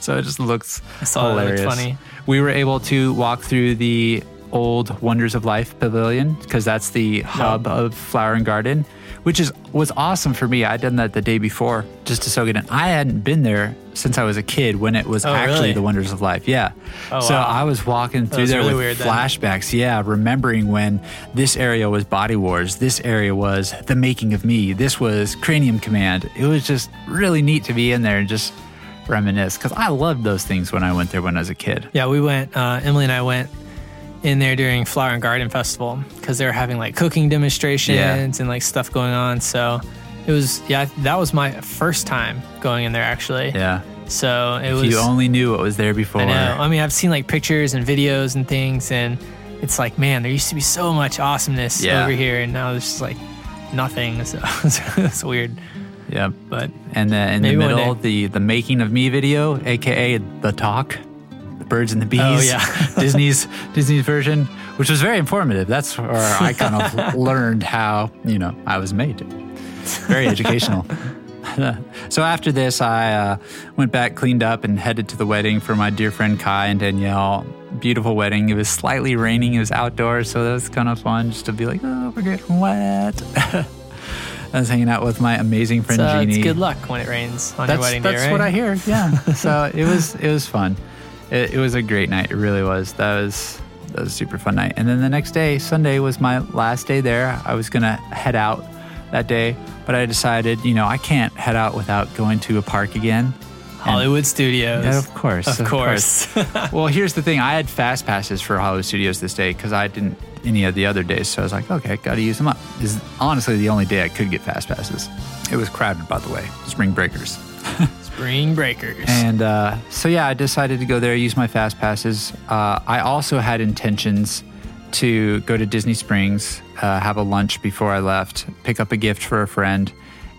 Speaker 2: so it just looks
Speaker 1: saw that. It looked
Speaker 2: hilarious.
Speaker 1: funny.
Speaker 2: We were able to walk through the old Wonders of Life Pavilion because that's the hub of Flower and Garden, which is was awesome for me. I'd done that the day before just to soak it in. I hadn't been there since I was a kid when it was
Speaker 1: Oh,
Speaker 2: actually
Speaker 1: really? Oh,
Speaker 2: the Wonders of Life. Yeah. so
Speaker 1: wow.
Speaker 2: I was walking through
Speaker 1: was
Speaker 2: there
Speaker 1: really
Speaker 2: with
Speaker 1: weird then.
Speaker 2: flashbacks. Yeah, remembering when this area was Body Wars, this area was The Making of Me, this was Cranium Command. It was just really neat to be in there and just reminisce because I loved those things when I went there when I was a kid.
Speaker 1: Yeah, we went, uh, Emily and I went in there during Flower and Garden Festival because they were having like cooking demonstrations
Speaker 2: Yeah.
Speaker 1: and like stuff going on. So it was, yeah, that was my first time going in there actually.
Speaker 2: Yeah.
Speaker 1: So it
Speaker 2: If
Speaker 1: was.
Speaker 2: you only knew what was there before.
Speaker 1: I know. I mean, I've seen like pictures and videos and things, and it's like, man, there used to be so much awesomeness
Speaker 2: Yeah.
Speaker 1: over here, and now there's just like nothing. So it's weird.
Speaker 2: Yep.
Speaker 1: But
Speaker 2: And then in
Speaker 1: Maybe
Speaker 2: the
Speaker 1: one
Speaker 2: middle,
Speaker 1: day.
Speaker 2: the the making of me video, aka the talk, the birds and the bees.
Speaker 1: Oh, yeah.
Speaker 2: Disney's Disney's version, which was very informative. That's where I kind of learned how you know I was made. Very educational. so after this, I uh, went back, cleaned up, and headed to the wedding for my dear friend Kai and Danielle. Beautiful wedding. It was slightly raining. It was outdoors, so that was kind of fun just to be like, oh, we're getting wet. I was hanging out with my amazing friend
Speaker 1: it's, uh,
Speaker 2: Jeannie
Speaker 1: it's good luck when it rains on your
Speaker 2: that's,
Speaker 1: wedding
Speaker 2: that's
Speaker 1: day, right?
Speaker 2: what I hear. Yeah. so it was it was fun. It, it was a great night. It really was. That was that was a super fun night. And then the next day, Sunday was my last day there. I was gonna head out that day, but I decided, you know, I can't head out without going to a park again.
Speaker 1: Hollywood Studios.
Speaker 2: Yeah, of course,
Speaker 1: Of,
Speaker 2: of
Speaker 1: course.
Speaker 2: well, here's the thing. I had fast passes for Hollywood Studios this day because I didn't any of the other days. So I was like, okay, got to use them up. This is honestly the only day I could get fast passes. It was crowded, by the way. Spring breakers.
Speaker 1: Spring Breakers.
Speaker 2: And uh, so, yeah, I decided to go there, use my fast passes. Uh, I also had intentions to go to Disney Springs, uh, have a lunch before I left, pick up a gift for a friend.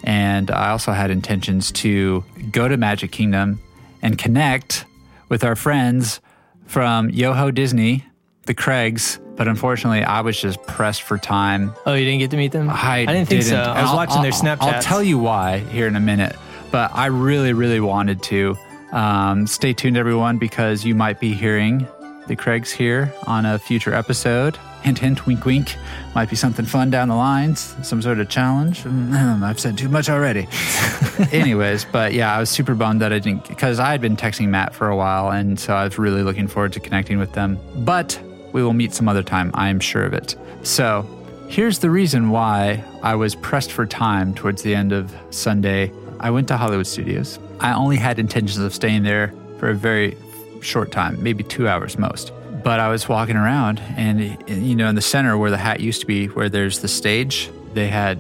Speaker 2: And I also had intentions to go to Magic Kingdom and connect with our friends from Yoho Disney, the Craigs. But unfortunately, I was just pressed for time.
Speaker 1: oh, you didn't get to meet them?
Speaker 2: I,
Speaker 1: didn't think so. I was
Speaker 2: I'll-
Speaker 1: watching their
Speaker 2: I'll-
Speaker 1: Snapchats.
Speaker 2: I'll tell you why here in a minute, but I really, really wanted to. Um, stay tuned, everyone, because you might be hearing the Craigs here on a future episode. Hint, hint, wink, wink. Might be something fun down the lines, some sort of challenge. Mm, I've said too much already. Anyways, but yeah, I was super bummed that I didn't, because I had been texting Matt for a while, and so I was really looking forward to connecting with them. But we will meet some other time, I am sure of it. So here's the reason why I was pressed for time towards the end of Sunday. I went to Hollywood Studios. I only had intentions of staying there for a very short time, maybe two hours most. But I was walking around, and you know, in the center where the hat used to be, where there's the stage, they had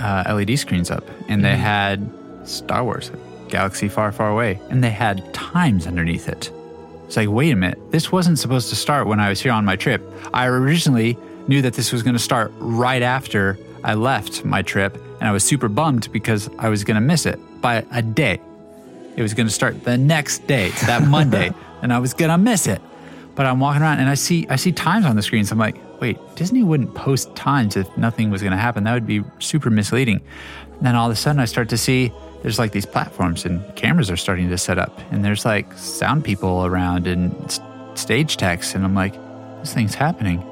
Speaker 2: uh, LED screens up, and they had Star Wars, Galaxy Far, Far Away, and they had times underneath it. It's like, wait a minute, this wasn't supposed to start when I was here on my trip. I originally knew that this was going to start right after I left my trip, and I was super bummed because I was going to miss it by a day. It was going to start the next day, that Monday, and I was going to miss it. But I'm walking around and I see I see times on the screen. So I'm like, wait, Disney wouldn't post times if nothing was going to happen. That would be super misleading. And then all of a sudden, I start to see there's like these platforms and cameras are starting to set up, and there's like sound people around and s- stage techs, and I'm like, this thing's happening.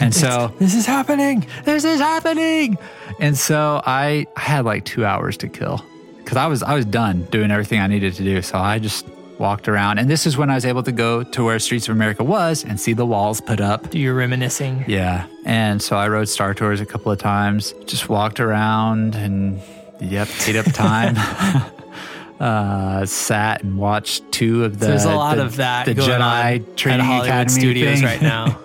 Speaker 2: And so
Speaker 1: This is happening.
Speaker 2: this is happening. And so I, I had like two hours to kill because I was I was done doing everything I needed to do. So I just walked around, and this is when I was able to go to where Streets of America was and see the walls put up.
Speaker 1: Do you reminiscing?
Speaker 2: Yeah, and so I rode Star Tours a couple of times. Just walked around and yep, ate up time. Uh, sat and watched two of the.
Speaker 1: There's a lot
Speaker 2: the-
Speaker 1: of that
Speaker 2: The
Speaker 1: going
Speaker 2: Jedi
Speaker 1: on
Speaker 2: Training
Speaker 1: at Hollywood
Speaker 2: Academy
Speaker 1: Studios
Speaker 2: thing.
Speaker 1: right now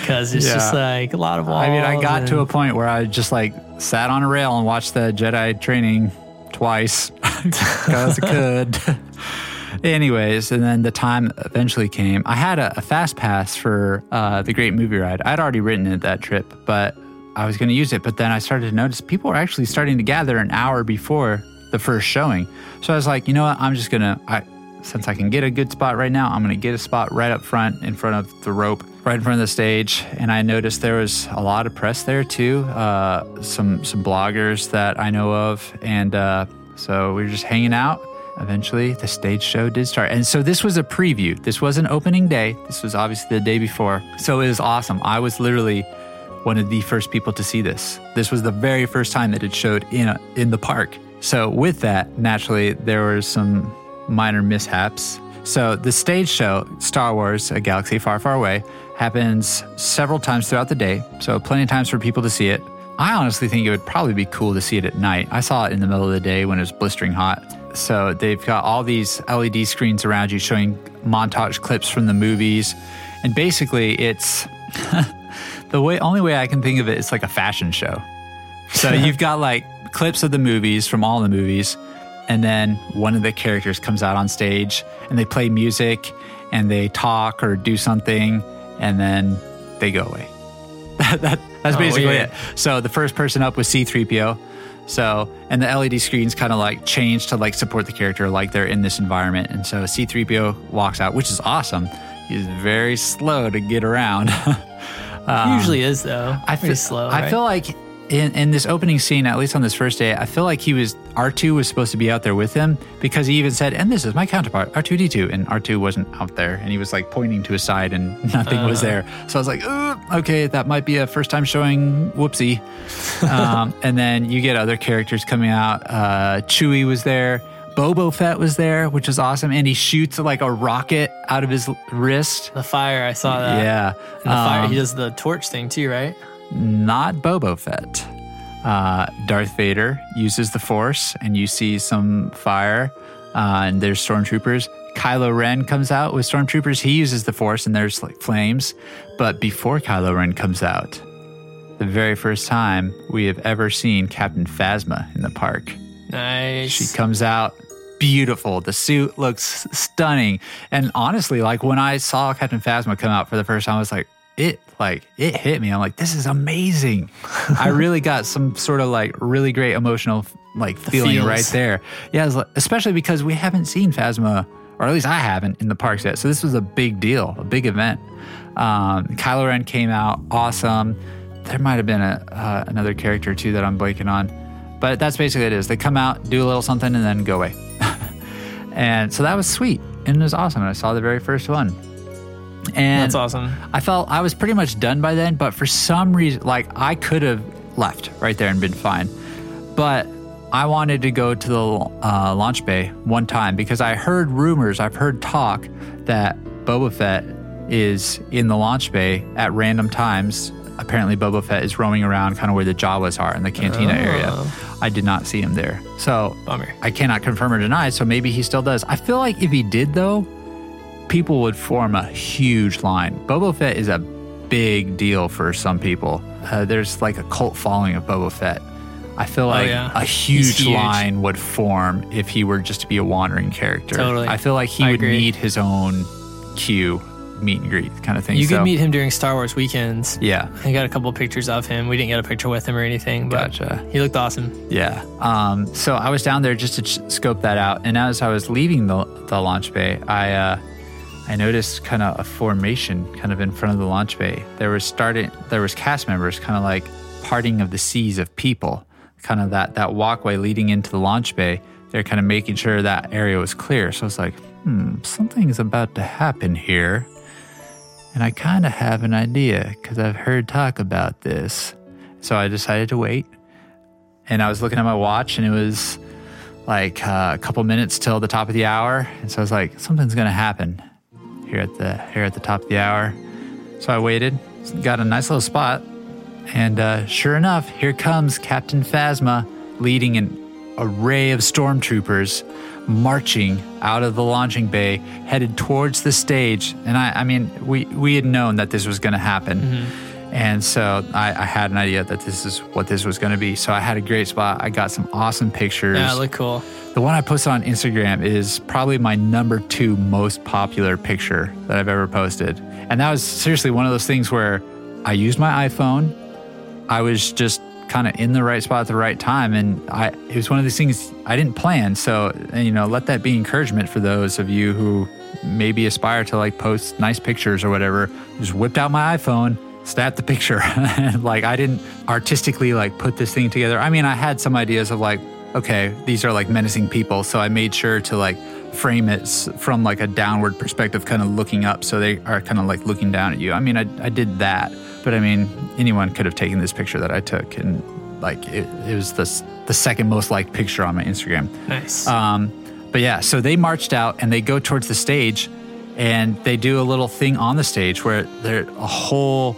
Speaker 1: because it's just
Speaker 2: Yeah.
Speaker 1: like a lot of walls.
Speaker 2: I mean, I got to a
Speaker 1: and-
Speaker 2: point where I just like sat on a rail and watched the Jedi training twice because I could. Anyways, and then the time eventually came. I had a, a fast pass for uh, the Great Movie Ride. I'd already written it that trip, but I was going to use it. But then I started to notice people were actually starting to gather an hour before the first showing. So I was like, you know what? I'm just going to, I since I can get a good spot right now, I'm going to get a spot right up front in front of the rope, right in front of the stage. And I noticed there was a lot of press there too, uh, some some bloggers that I know of, and uh, so we were just hanging out. Eventually, the stage show did start. And so this was a preview. This was an opening day. This was obviously the day before. So it was awesome. I was literally one of the first people to see this. This was the very first time that it showed in a, in the park. So with that, naturally there were some minor mishaps. So the stage show Star Wars: A Galaxy Far, Far Away happens several times throughout the day, so plenty of times for people to see it. I honestly think it would probably be cool to see it at night. I saw it in the middle of the day when it was blistering hot. So they've got all these LED screens around you showing montage clips from the movies. And basically it's the way only way I can think of it is like a fashion show. So you've got like clips of the movies from all the movies, and then one of the characters comes out on stage and they play music and they talk or do something, and then they go away. that, that- that's
Speaker 1: Oh,
Speaker 2: basically
Speaker 1: weird.
Speaker 2: it. So the first person up was C3PO. So, and the LED screens kind of like change to like support the character, like they're in this environment. And so C3PO walks out, which is awesome. He's very slow to get around.
Speaker 1: It usually is though.
Speaker 2: um, I
Speaker 1: Pretty
Speaker 2: feel
Speaker 1: slow.
Speaker 2: I
Speaker 1: right?
Speaker 2: feel like in, in this opening scene, at least on this first day, I feel like he was R two was supposed to be out there with him because he even said, "And this is my counterpart, R two D 2 and R two wasn't out there, and he was like pointing to his side, and nothing was
Speaker 1: Uh-huh.
Speaker 2: there. So I was like, "Ugh, "Okay, that might be a first time showing." Whoopsie. um, and then you get other characters coming out. Uh, Chewie was there. Bobo Fett was there, which is awesome, and he shoots like a rocket out of his wrist.
Speaker 1: the fire. I saw that.
Speaker 2: yeah,
Speaker 1: And the fire.
Speaker 2: Um,
Speaker 1: He does the torch thing too, right?
Speaker 2: not Bobo Fett. Uh, Darth Vader uses the Force, and you see some fire, uh, and there's stormtroopers. Kylo Ren comes out with stormtroopers. He uses the Force, and there's like flames. But before Kylo Ren comes out, the very first time we have ever seen Captain Phasma in the park.
Speaker 1: Nice.
Speaker 2: She comes out beautiful. The suit looks stunning. And honestly, like when I saw Captain Phasma come out for the first time, I was like, it like it hit me. I'm like, this is amazing. I really got some sort of like really great emotional like feeling
Speaker 1: feels.
Speaker 2: right there. Yeah, it was like- especially because we haven't seen Phasma, or at least I haven't in the parks yet. So this was a big deal, a big event. Um, Kylo Ren came out awesome. There might have been a, uh, another character too that I'm blanking on, but that's basically it is. They come out, do a little something, and then go away. and so that was sweet and it was awesome. And I saw the very first one. And
Speaker 1: That's awesome.
Speaker 2: I felt I was pretty much done by then, but for some reason, like I could have left right there and been fine. But I wanted to go to the uh, launch bay one time because I heard rumors, I've heard talk that Boba Fett is in the launch bay at random times. Apparently, Boba Fett is roaming around kind of where the Jawas are in the cantina area. I did not see him there. So
Speaker 1: Bummer.
Speaker 2: I cannot confirm or deny, so maybe he still does. I feel like if he did, though, people would form a huge line. Boba Fett is a big deal for some people. Uh, there's like a cult following of Boba Fett. I feel like
Speaker 1: Oh, yeah.
Speaker 2: a
Speaker 1: He's
Speaker 2: huge,
Speaker 1: huge.
Speaker 2: line would form if he were just to be a wandering character.
Speaker 1: Totally.
Speaker 2: I feel like he
Speaker 1: I
Speaker 2: would
Speaker 1: agree.
Speaker 2: need his own cue, meet and greet kind of thing.
Speaker 1: You
Speaker 2: so,
Speaker 1: could meet him during Star Wars weekends.
Speaker 2: Yeah.
Speaker 1: I got a couple pictures of him. We didn't get a picture with him or anything, but
Speaker 2: Gotcha.
Speaker 1: he looked awesome.
Speaker 2: Yeah. Um, so I was down there just to ch- scope that out, and as I was leaving the, the launch bay, I uh, I noticed kind of a formation kind of in front of the launch bay. There was starting there was cast members kind of like parting of the seas of people, kind of that that walkway leading into the launch bay. They're kind of making sure that area was clear. So I was like, hmm, something's about to happen here. And I kind of have an idea because I've heard talk about this. So I decided to wait and I was looking at my watch, and it was like uh, a couple minutes till the top of the hour, and so I was like, something's gonna happen here at the here at the top of the hour. So I waited, got a nice little spot, and uh, sure enough, here comes Captain Phasma leading an array of stormtroopers marching out of the launching bay, headed towards the stage. And I, I mean, we, we had known that this was going to happen.
Speaker 1: Mm-hmm.
Speaker 2: And so I, I had an idea that this is what this was going to be. So I had a great spot. I got some awesome pictures.
Speaker 1: Yeah, it looked cool.
Speaker 2: The one I posted on Instagram is probably my number two most popular picture that I've ever posted. And that was seriously one of those things where I used my iPhone. I was just kind of in the right spot at the right time. And I, it was one of these things I didn't plan. So, and, you know, let that be encouragement for those of you who maybe aspire to like post nice pictures or whatever. Just whipped out my iPhone. Snapped the picture. like I didn't artistically like put this thing together. I mean, I had some ideas of like okay, these are like menacing people. So I made sure to like frame it s- from like a downward perspective, kind of looking up. So they are kind of like looking down at you. I mean, I, I did that, but I mean, anyone could have taken this picture that I took and like it, it was the, s- the second most liked picture on my Instagram.
Speaker 1: Nice.
Speaker 2: Um, but yeah, so they marched out and they go towards the stage and they do a little thing on the stage where there a whole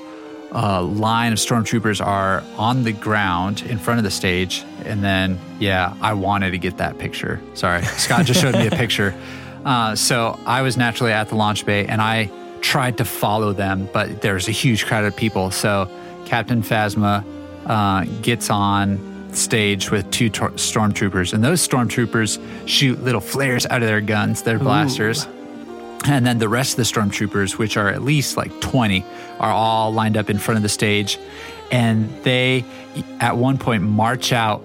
Speaker 2: uh, line of stormtroopers are on the ground in front of the stage. And then, yeah, I wanted to get that picture. Sorry, Scott just showed me a picture. Uh, so I was naturally at the launch bay and I tried to follow them, but there's a huge crowd of people. So Captain Phasma uh, gets on stage with two tor- stormtroopers, and those stormtroopers shoot little flares out of their guns, their blasters. And then the rest of the stormtroopers, which are at least like 20, are all lined up in front of the stage. And they, at one point, march out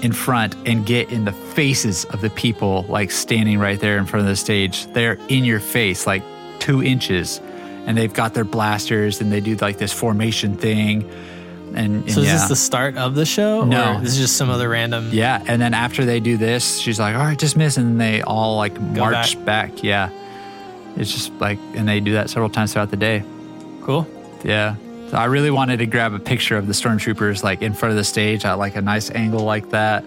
Speaker 2: in front and get in the faces of the people, like standing right there in front of the stage. They're in your face, like two inches. And they've got their blasters and they do like this formation thing. And, and
Speaker 1: so is
Speaker 2: yeah.
Speaker 1: this the start of the show?
Speaker 2: No.
Speaker 1: Or this is just some other random.
Speaker 2: Yeah, and then after they do this, she's like, "All right, dismiss," and they all like march back. Yeah, it's just like, and they do that several times throughout the day.
Speaker 1: Cool.
Speaker 2: Yeah, so I really wanted to grab a picture of the stormtroopers like in front of the stage at like a nice angle like that,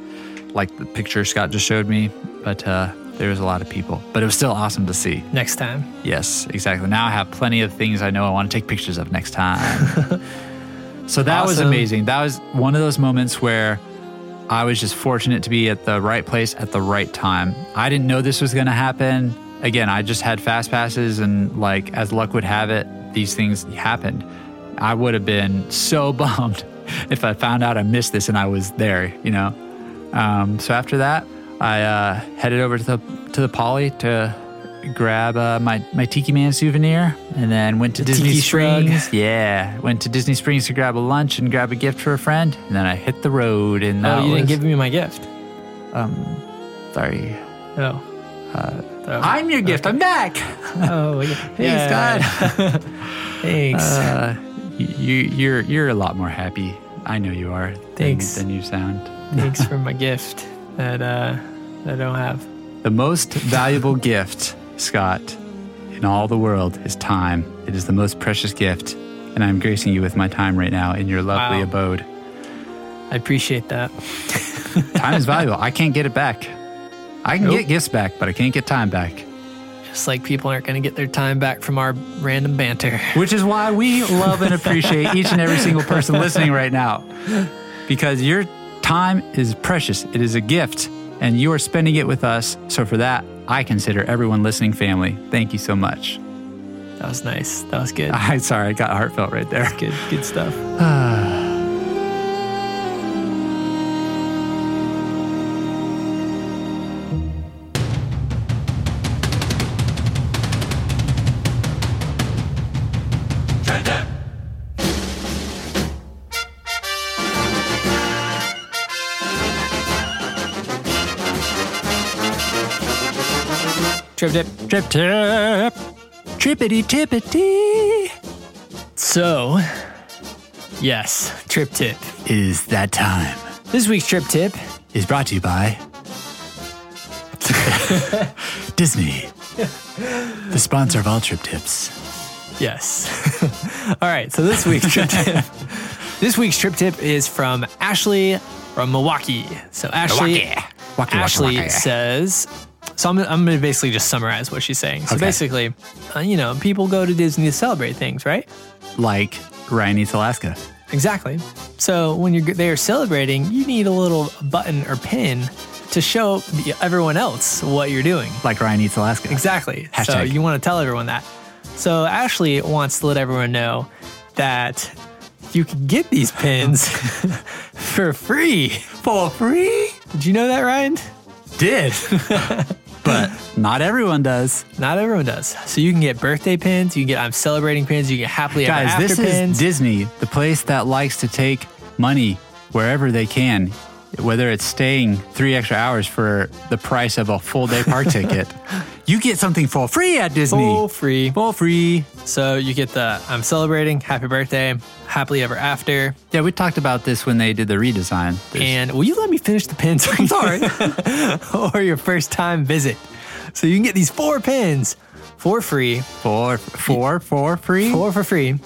Speaker 2: like the picture Scott just showed me. But uh, there was a lot of people, but it was still awesome to see.
Speaker 1: Next time.
Speaker 2: Yes, exactly. Now I have plenty of things I know I want to take pictures of next time. so that was
Speaker 1: Awesome.
Speaker 2: amazing. That was one of those moments where I was just fortunate to be at the right place at the right time. I didn't know this was going to happen. Again, I just had fast passes, and like as luck would have it, these things happened. I would have been so bummed if I found out I missed this and I was there, you know? Um, so after that, I uh, headed over to the to the Poly to grab uh, my my Tiki Man souvenir, and then went to Disney
Speaker 1: Tiki shrug.
Speaker 2: Springs. Yeah, went to Disney Springs to grab a lunch and grab a gift for a friend, and then I hit the road. And that
Speaker 1: oh, you
Speaker 2: was,
Speaker 1: didn't give me my gift.
Speaker 2: Sorry,
Speaker 1: Oh. Oh.
Speaker 2: I'm your gift. I'm back.
Speaker 1: Oh, yeah.
Speaker 2: Uh, Thanks, God.
Speaker 1: Thanks.
Speaker 2: Uh, you you're you're a lot more happy. I know you are. than-
Speaker 1: Thanks.
Speaker 2: Than, you sound.
Speaker 1: Thanks for my gift that uh, that I don't have.
Speaker 2: The most valuable gift, Scott, in all the world is time. It is the most precious gift, and I'm gracing you with my time right now in your lovely
Speaker 1: Wow.
Speaker 2: abode.
Speaker 1: I appreciate that.
Speaker 2: Time is valuable. I can't get it back. I can
Speaker 1: Nope.
Speaker 2: get gifts back, but I can't get time back.
Speaker 1: Just like people aren't going to get their time back from our random banter.
Speaker 2: Which is why we love and appreciate each and every single person listening right now. Because your time is precious. It is a gift. and you are spending it with us. So for that, I consider everyone listening family. Thank you so much.
Speaker 1: That was nice. That was good.
Speaker 2: I sorry, I got heartfelt right there.
Speaker 1: Good, good stuff. Trip dip.
Speaker 2: Trip tip. Trippity tippity.
Speaker 1: So, yes, trip tip.
Speaker 2: It is that time.
Speaker 1: This week's trip tip
Speaker 2: Is brought to you by Disney, the sponsor of all trip tips.
Speaker 1: Yes. All right. So this week's trip tip. This week's trip tip is from Ashley from Milwaukee. So Ashley,
Speaker 2: Milwaukee. Wacky, wacky,
Speaker 1: Ashley
Speaker 2: wacky.
Speaker 1: says. So I'm, I'm going to basically just summarize what she's saying. So
Speaker 2: Okay.
Speaker 1: basically, uh, you know, people go to Disney to celebrate things, right?
Speaker 2: Like Ryan Eats Alaska.
Speaker 1: Exactly. So when you're they are celebrating, you need a little button or pin to show the, everyone else what you're doing.
Speaker 2: Like Ryan Eats Alaska.
Speaker 1: Exactly. So
Speaker 2: Hashtag.
Speaker 1: you want to tell everyone that. So Ashley wants to let everyone know that you can get these pins for free.
Speaker 2: For free?
Speaker 1: Did you know that, Ryan?
Speaker 2: Did. but not everyone does.
Speaker 1: Not everyone does. So you can get birthday pins, you can get I'm celebrating pins, you can get happily ever
Speaker 2: Guys,
Speaker 1: after
Speaker 2: this
Speaker 1: pins.
Speaker 2: is Disney, the place that likes to take money wherever they can, whether it's staying three extra hours for the price of a full day park ticket. You get something for free at Disney.
Speaker 1: for free.
Speaker 2: For free.
Speaker 1: So you get the I'm celebrating, happy birthday, happily ever after.
Speaker 2: Yeah, we talked about this when they did the redesign. There's-
Speaker 1: And will you let me finish the pins? I'm sorry. or your first time visit. So you can get these four pins for free
Speaker 2: for for for free.
Speaker 1: four for free.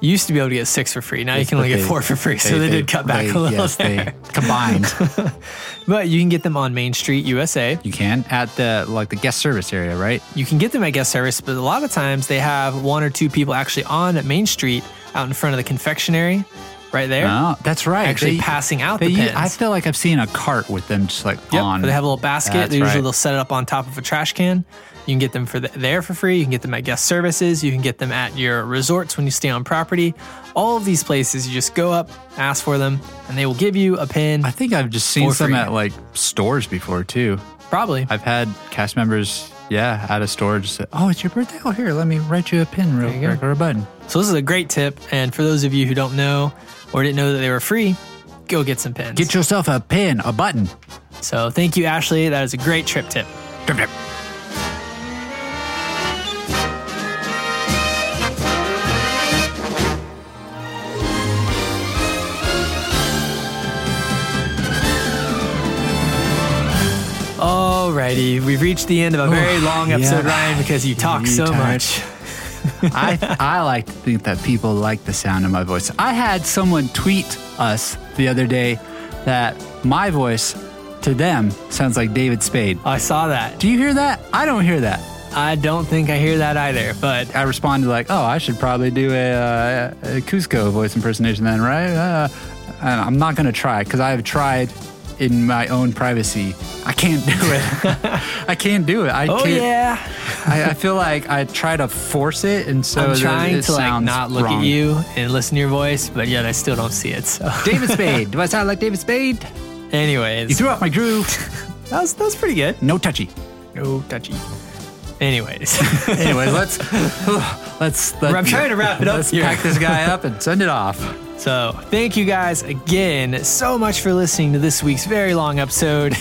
Speaker 1: You used to be able to get six for free. Now you
Speaker 2: Yes,
Speaker 1: can only
Speaker 2: but
Speaker 1: get
Speaker 2: they-
Speaker 1: four for free. so they, did cut back
Speaker 2: they-
Speaker 1: a little
Speaker 2: yes,
Speaker 1: there.
Speaker 2: They combined.
Speaker 1: But you can get them on Main Street USA.
Speaker 2: you can at the like the guest service area, right?
Speaker 1: You can get them at guest service, but a lot of times they have one or two people actually on at Main Street out in front of the confectionery right there.
Speaker 2: Oh, that's right.
Speaker 1: Actually passing out the
Speaker 2: they-
Speaker 1: pins.
Speaker 2: I feel like I've seen a cart with them just like
Speaker 1: Yep.
Speaker 2: on.
Speaker 1: They have a little basket.
Speaker 2: That's
Speaker 1: they usually
Speaker 2: right.
Speaker 1: they'll set it up on top of a trash can. You can get them for the, there for free. You can get them at guest services. You can get them at your resorts when you stay on property. All of these places, you just go up, ask for them, and they will give you a pin.
Speaker 2: I think I've just seen
Speaker 1: For
Speaker 2: some
Speaker 1: free.
Speaker 2: at like stores before too.
Speaker 1: Probably.
Speaker 2: I've had cast members, yeah, at a store just say, "Oh, it's your birthday. Oh, here, let me write you a pin real
Speaker 1: you go.
Speaker 2: quick or a button."
Speaker 1: So this is a great tip, and for those of you who don't know or didn't know that they were free, go get some pins.
Speaker 2: Get yourself a pin, a button.
Speaker 1: so thank you, Ashley. That is a great trip tip.
Speaker 2: Drip, drip.
Speaker 1: Alrighty, we've reached the end of a very long
Speaker 2: yeah.
Speaker 1: episode, Ryan, because you talk
Speaker 2: You
Speaker 1: so
Speaker 2: talk.
Speaker 1: much.
Speaker 2: I, I like to think that people like the sound of my voice. I had someone tweet us the other day that my voice to them sounds like David Spade.
Speaker 1: I saw that.
Speaker 2: Do you hear that? I don't hear that.
Speaker 1: I don't think I hear that either, but
Speaker 2: I responded like, "Oh, I should probably do a, uh, a Cusco voice impersonation then, right?" Uh, and I'm not gonna try because I've tried in my own privacy. I can't do it. I can't do it. I
Speaker 1: oh
Speaker 2: can't.
Speaker 1: yeah,
Speaker 2: I, I feel like I try to force it, and so
Speaker 1: I'm
Speaker 2: it-
Speaker 1: trying
Speaker 2: it
Speaker 1: to like
Speaker 2: sounds
Speaker 1: not look
Speaker 2: wrong.
Speaker 1: at you and listen to your voice, but yet I still don't see it. So,
Speaker 2: David Spade. Do I sound like David Spade?
Speaker 1: anyways,
Speaker 2: You threw off my groove.
Speaker 1: that was that was pretty good.
Speaker 2: No touchy. Oh,
Speaker 1: No touchy. Anyways,
Speaker 2: Anyways, let's let's. let-
Speaker 1: I'm trying to wrap it up
Speaker 2: Let's
Speaker 1: here.
Speaker 2: pack this guy up and send it off.
Speaker 1: So, thank you guys again so much for listening to this week's very long episode.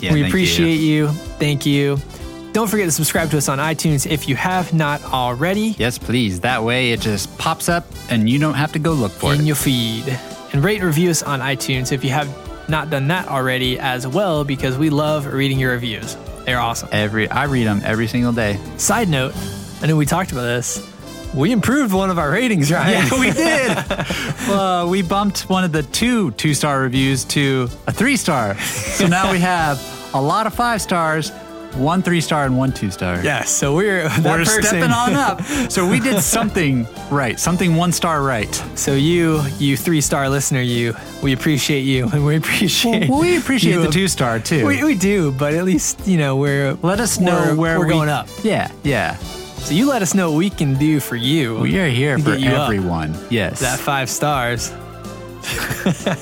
Speaker 1: we appreciate you. Thank you. Don't forget to subscribe to us on iTunes if you have not already
Speaker 2: Yes, please. That way, it just pops up, and you don't have to go look for it.
Speaker 1: in your feed. And rate and review us on iTunes if you have not done that already as well, because we love reading your reviews. They're awesome.
Speaker 2: every I read them every single day.
Speaker 1: Side note, I know we talked about this. We improved one of our ratings, right?
Speaker 2: we did. uh, we bumped one of the two two star reviews to a three star, so now we have a lot of five stars One three star and one two star.
Speaker 1: Yeah, so we're that
Speaker 2: We're
Speaker 1: person-
Speaker 2: stepping on up. So we did something right, something one star right.
Speaker 1: So you, you three star listener, you, we appreciate you, and we appreciate.
Speaker 2: Well, we appreciate
Speaker 1: you.
Speaker 2: the two star too.
Speaker 1: We, we do, but at least you know we're.
Speaker 2: let us know
Speaker 1: we're-
Speaker 2: where
Speaker 1: we're
Speaker 2: we-
Speaker 1: going up.
Speaker 2: Yeah, yeah.
Speaker 1: So you let us know what we can do for you.
Speaker 2: We are here
Speaker 1: Get
Speaker 2: for
Speaker 1: you up.
Speaker 2: everyone. Yes.
Speaker 1: that five stars.
Speaker 2: I
Speaker 1: so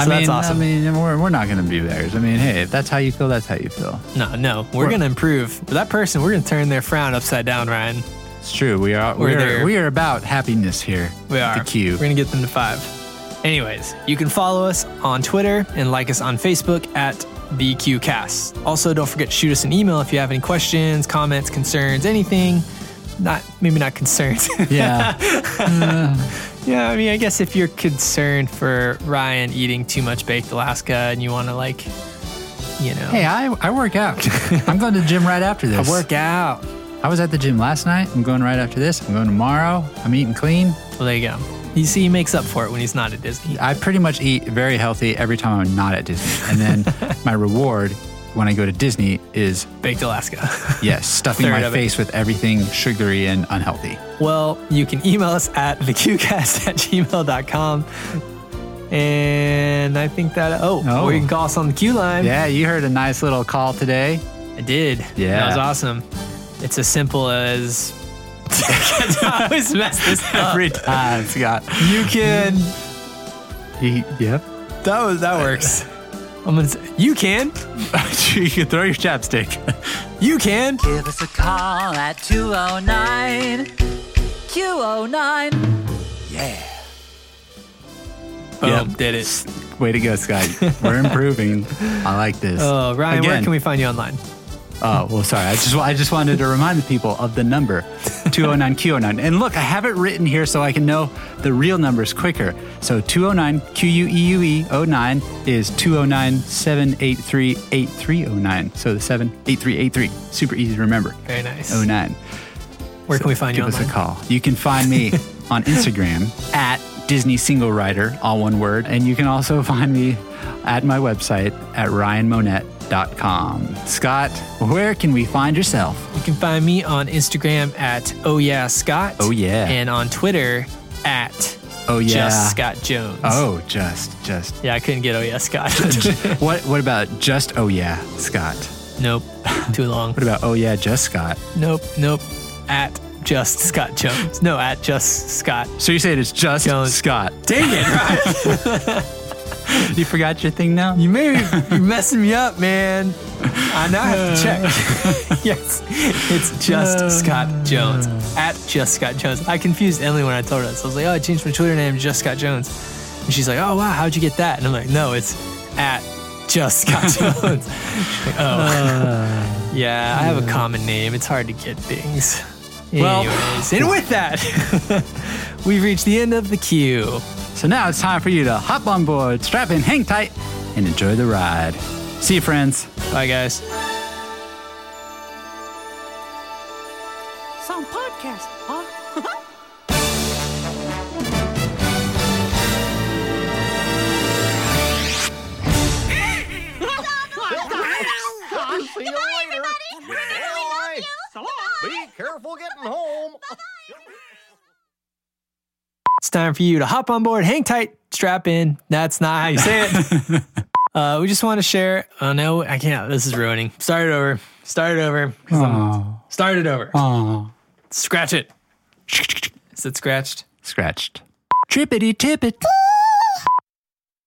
Speaker 2: mean,
Speaker 1: that's awesome.
Speaker 2: I mean, we're, we're not going to be beggars. I mean, hey, if that's how you feel, that's how you feel.
Speaker 1: No, no, we're, gonna improve. For that person, we're gonna turn their frown upside down, Ryan.
Speaker 2: It's true. We are
Speaker 1: We're
Speaker 2: we
Speaker 1: there.
Speaker 2: are, we are about happiness here.
Speaker 1: We
Speaker 2: at
Speaker 1: are.
Speaker 2: the Q.
Speaker 1: We're gonna get them to five. Anyways, you can follow us on Twitter and like us on Facebook at BQCast. Also, don't forget to shoot us an email if you have any questions, comments, concerns, anything. Not maybe not concerns.
Speaker 2: Yeah.
Speaker 1: yeah, I mean, I guess if you're concerned for Ryan eating too much baked Alaska and you want to like, you know,
Speaker 2: hey, I, I work out. I'm going to the gym right after this.
Speaker 1: I work out.
Speaker 2: I was at the gym last night. I'm going right after this. I'm going tomorrow. I'm eating clean.
Speaker 1: Well, there you go. You see, he makes up for it when he's not at Disney.
Speaker 2: I pretty much eat very healthy every time I'm not at Disney. And then my reward when I go to Disney is
Speaker 1: Baked Alaska.
Speaker 2: yes, stuffing
Speaker 1: Third
Speaker 2: my
Speaker 1: of it.
Speaker 2: face with everything sugary and unhealthy.
Speaker 1: Well, you can email us at theqcast at gmail.com. And I think that, oh,
Speaker 2: Oh.
Speaker 1: or you can call us on the Q line.
Speaker 2: Yeah, you heard a nice little call today.
Speaker 1: I did.
Speaker 2: Yeah.
Speaker 1: That was awesome. It's as simple as. I always mess this up.
Speaker 2: Every time, Scott.
Speaker 1: You can.
Speaker 2: You, yep.
Speaker 1: That was that works. I'm gonna say, you can.
Speaker 2: you can throw your chapstick.
Speaker 1: You can.
Speaker 4: Give us a call at 209 Q09.
Speaker 1: Boom.
Speaker 2: Yep.
Speaker 1: Did it.
Speaker 2: Way to go, Scott. We're improving. I like this.
Speaker 1: Oh, Ryan, where
Speaker 2: Again.
Speaker 1: can we find you online?
Speaker 2: Oh, well, sorry. I just I just wanted to remind the people of the number 209Q09. And look, I have it written here so I can know the real numbers quicker. So E 209QUEUE09 is 209-783-8309. So the 78383. Super easy to remember.
Speaker 1: Very nice.
Speaker 2: 09.
Speaker 1: Where can we find you
Speaker 2: Oh, Give us
Speaker 1: online?
Speaker 2: a call. You can find me on Instagram at Disney Single Rider, all one word. And you can also find me at my website at ryanmonette.com. Scott, where can we find yourself?
Speaker 1: You can find me on Instagram at Oh Yeah Scott.
Speaker 2: Oh, yeah.
Speaker 1: And on Twitter at
Speaker 2: Oh, yeah.
Speaker 1: Just Scott Jones.
Speaker 2: Oh, just, just.
Speaker 1: Yeah, I couldn't get Oh Yeah Scott.
Speaker 2: what What about just oh yeah, Scott?
Speaker 1: nope. Too long.
Speaker 2: What about oh yeah, just Scott?
Speaker 1: Nope. Nope. At Just Scott Jones. No, at Just Scott.
Speaker 2: So you're saying it's just
Speaker 1: Jones.
Speaker 2: Scott.
Speaker 1: Dang it, Ryan.
Speaker 2: You forgot your thing now?
Speaker 1: you may you're messing me up, man. I now have to check. yes. It's Just Scott Jones. At Just Scott Jones. I confused Emily when I told her this. I was like, oh, I changed my Twitter name to Just Scott Jones. And she's like, oh, wow, how'd you get that? And I'm like, no, it's at Just Scott Jones. She's like, oh. yeah, I have a common name. It's hard to get things.
Speaker 2: Well-
Speaker 1: Anyways, and with that, we've reached the end of the queue.
Speaker 2: So now it's time for you to hop on board, strap in, hang tight, and enjoy the ride. See you, friends.
Speaker 1: Bye, guys.
Speaker 6: Some podcast, huh?
Speaker 7: See you later. Goodbye. Be careful getting home.
Speaker 1: It's time for you to hop on board, hang tight, strap in. That's not how you say it. uh, we just want to share. Oh no, I can't. This is ruining. Start it over. Start it over. 'Cause I'm- Start it over. Scratch it. Is it scratched?
Speaker 2: Scratched. Trippity tippit.